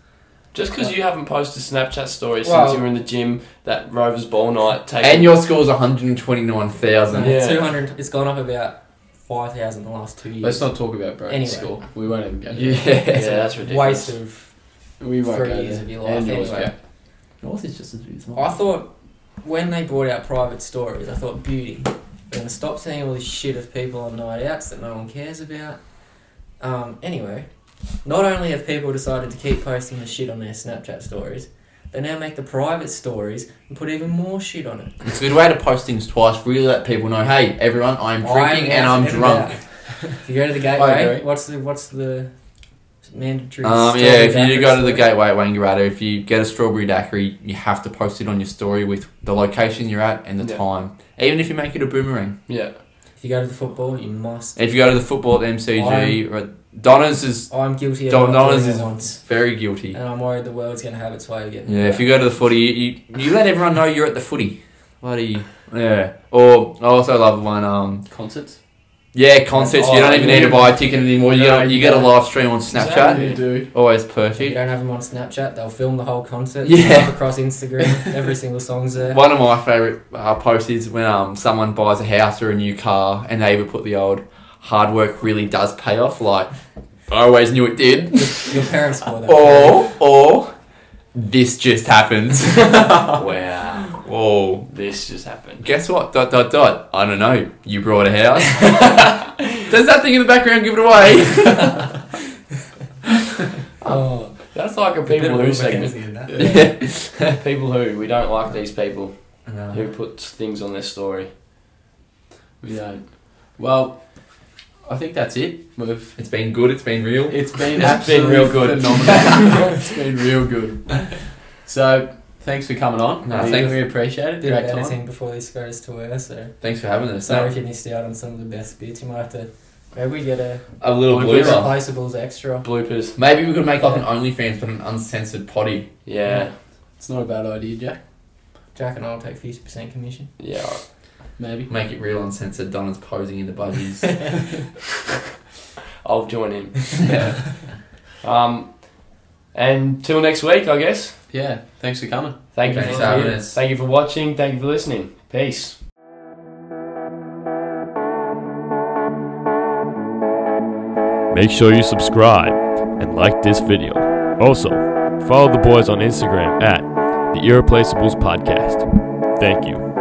B: Just because you haven't posted Snapchat stories
C: Well-
B: since you were in the gym that Rovers ball night, taking
D: And your score's one hundred twenty nine thousand.
B: Yeah.
C: Two hundred. It's gone up about five thousand the last two years.
E: Let's not talk about Brody's
C: Anyway.
E: school. We won't even go. there.
B: yeah,
D: (laughs)
B: (laughs)
D: Yeah.
B: that's ridiculous.
C: waste of.
E: We won't
C: Three
E: go
C: years
E: there.
C: of your life
E: And yours,
C: anyway.
E: yeah.
D: Yours is just a dude's
C: I thought when they brought out private stories, I thought beauty. We're gonna stop seeing all this shit of people on night outs that no one cares about. Um, anyway, not only have people decided to keep posting the shit on their Snapchat stories, they now make the private stories and put even more shit on it.
D: It's a good way to post things twice, really let people know, hey, everyone, I'm drinking and
C: out
D: I'm
C: and
D: drunk.
C: about. if you go to the
E: agree.
C: gateway, what's the what's the mandatory?
D: Um,
C: story
D: yeah, if you
C: about
D: do go to the
C: story?
D: Gateway at Wangaratta, if you get a strawberry daiquiri, you have to post it on your story with the location you're at and the
B: Yeah.
D: time. Even if you make it a boomerang.
B: Yeah.
C: If you go to the football, you must.
D: If you go to the football at MCG, or Donna's is
C: I'm guilty of
D: Don-
C: not
D: Donna's
C: doing it
D: is
C: once.
D: very guilty.
C: And I'm worried the world's going to have its way again.
D: Yeah, if you go to the footy, you, you, you let everyone know you're at the footy. Bloody yeah. Or I also love one. Um,
E: Concerts.
D: yeah, concerts. you don't even need to buy a ticket anymore. You
E: No,
D: get a, you
E: you
D: get a
E: don't.
D: live stream on Snapchat.
E: Exactly, you do.
D: Always
C: If you
D: perfect.
C: don't have them on Snapchat, they'll film the whole concert.
D: Yeah.
C: Yeah. Across Instagram, every single song's there.
D: One of my favourite uh, posts is when um, someone buys a house or a new car and they even put the old hard work really does pay off, like, I always knew it did.
C: (laughs) Your parents bought that.
E: Oh.
D: Or, or, this just happens. (laughs)
B: wow.
D: Whoa.
B: This just happened.
D: Guess what? Dot, dot, dot. I don't know. You brought a house. Does that thing in the background give it away? (laughs)
B: Oh, that's like a
C: Bit
B: people
C: of Will
B: who segment.
C: McKenzie in that.
B: (laughs) people who we don't like these people
D: No.
B: who put things on their story.
E: We don't. Well, I think that's it. We've.
D: It's been good. It's been real.
E: It's been
B: It's been
E: absolutely
B: (laughs) real good.
E: Phenomenal. it's been real good. So, thanks for coming on.
D: No,
E: we
D: thanks.
E: really appreciate it.
C: Didn't have
E: Great time.
C: anything before this goes to air, so
D: Thanks for having us.
C: sorry if you missed out on some of the best bits. You might have to maybe we get a
D: A little
E: Blue
C: get
D: blooper.
C: replaceables extra.
E: Bloopers.
D: Maybe we could make like an OnlyFans but an uncensored potty.
E: Yeah. It's not a bad idea, Jack.
C: Jack and I'll take fifty percent commission.
E: Yeah. alright. Maybe.
C: (laughs)
D: Make it real uncensored. Donna's posing in
E: (laughs)
D: the (laughs) budgies.
B: I'll join him. Um, and till next week, I guess.
E: Yeah. Thanks for coming.
B: Thank you
D: Thanks
B: for
D: for having us.
B: Thank you for watching. Thank you for listening. Peace.
A: Make sure you subscribe and like this video. Also, follow the boys on Instagram at The Irreplaceables Podcast. Thank you.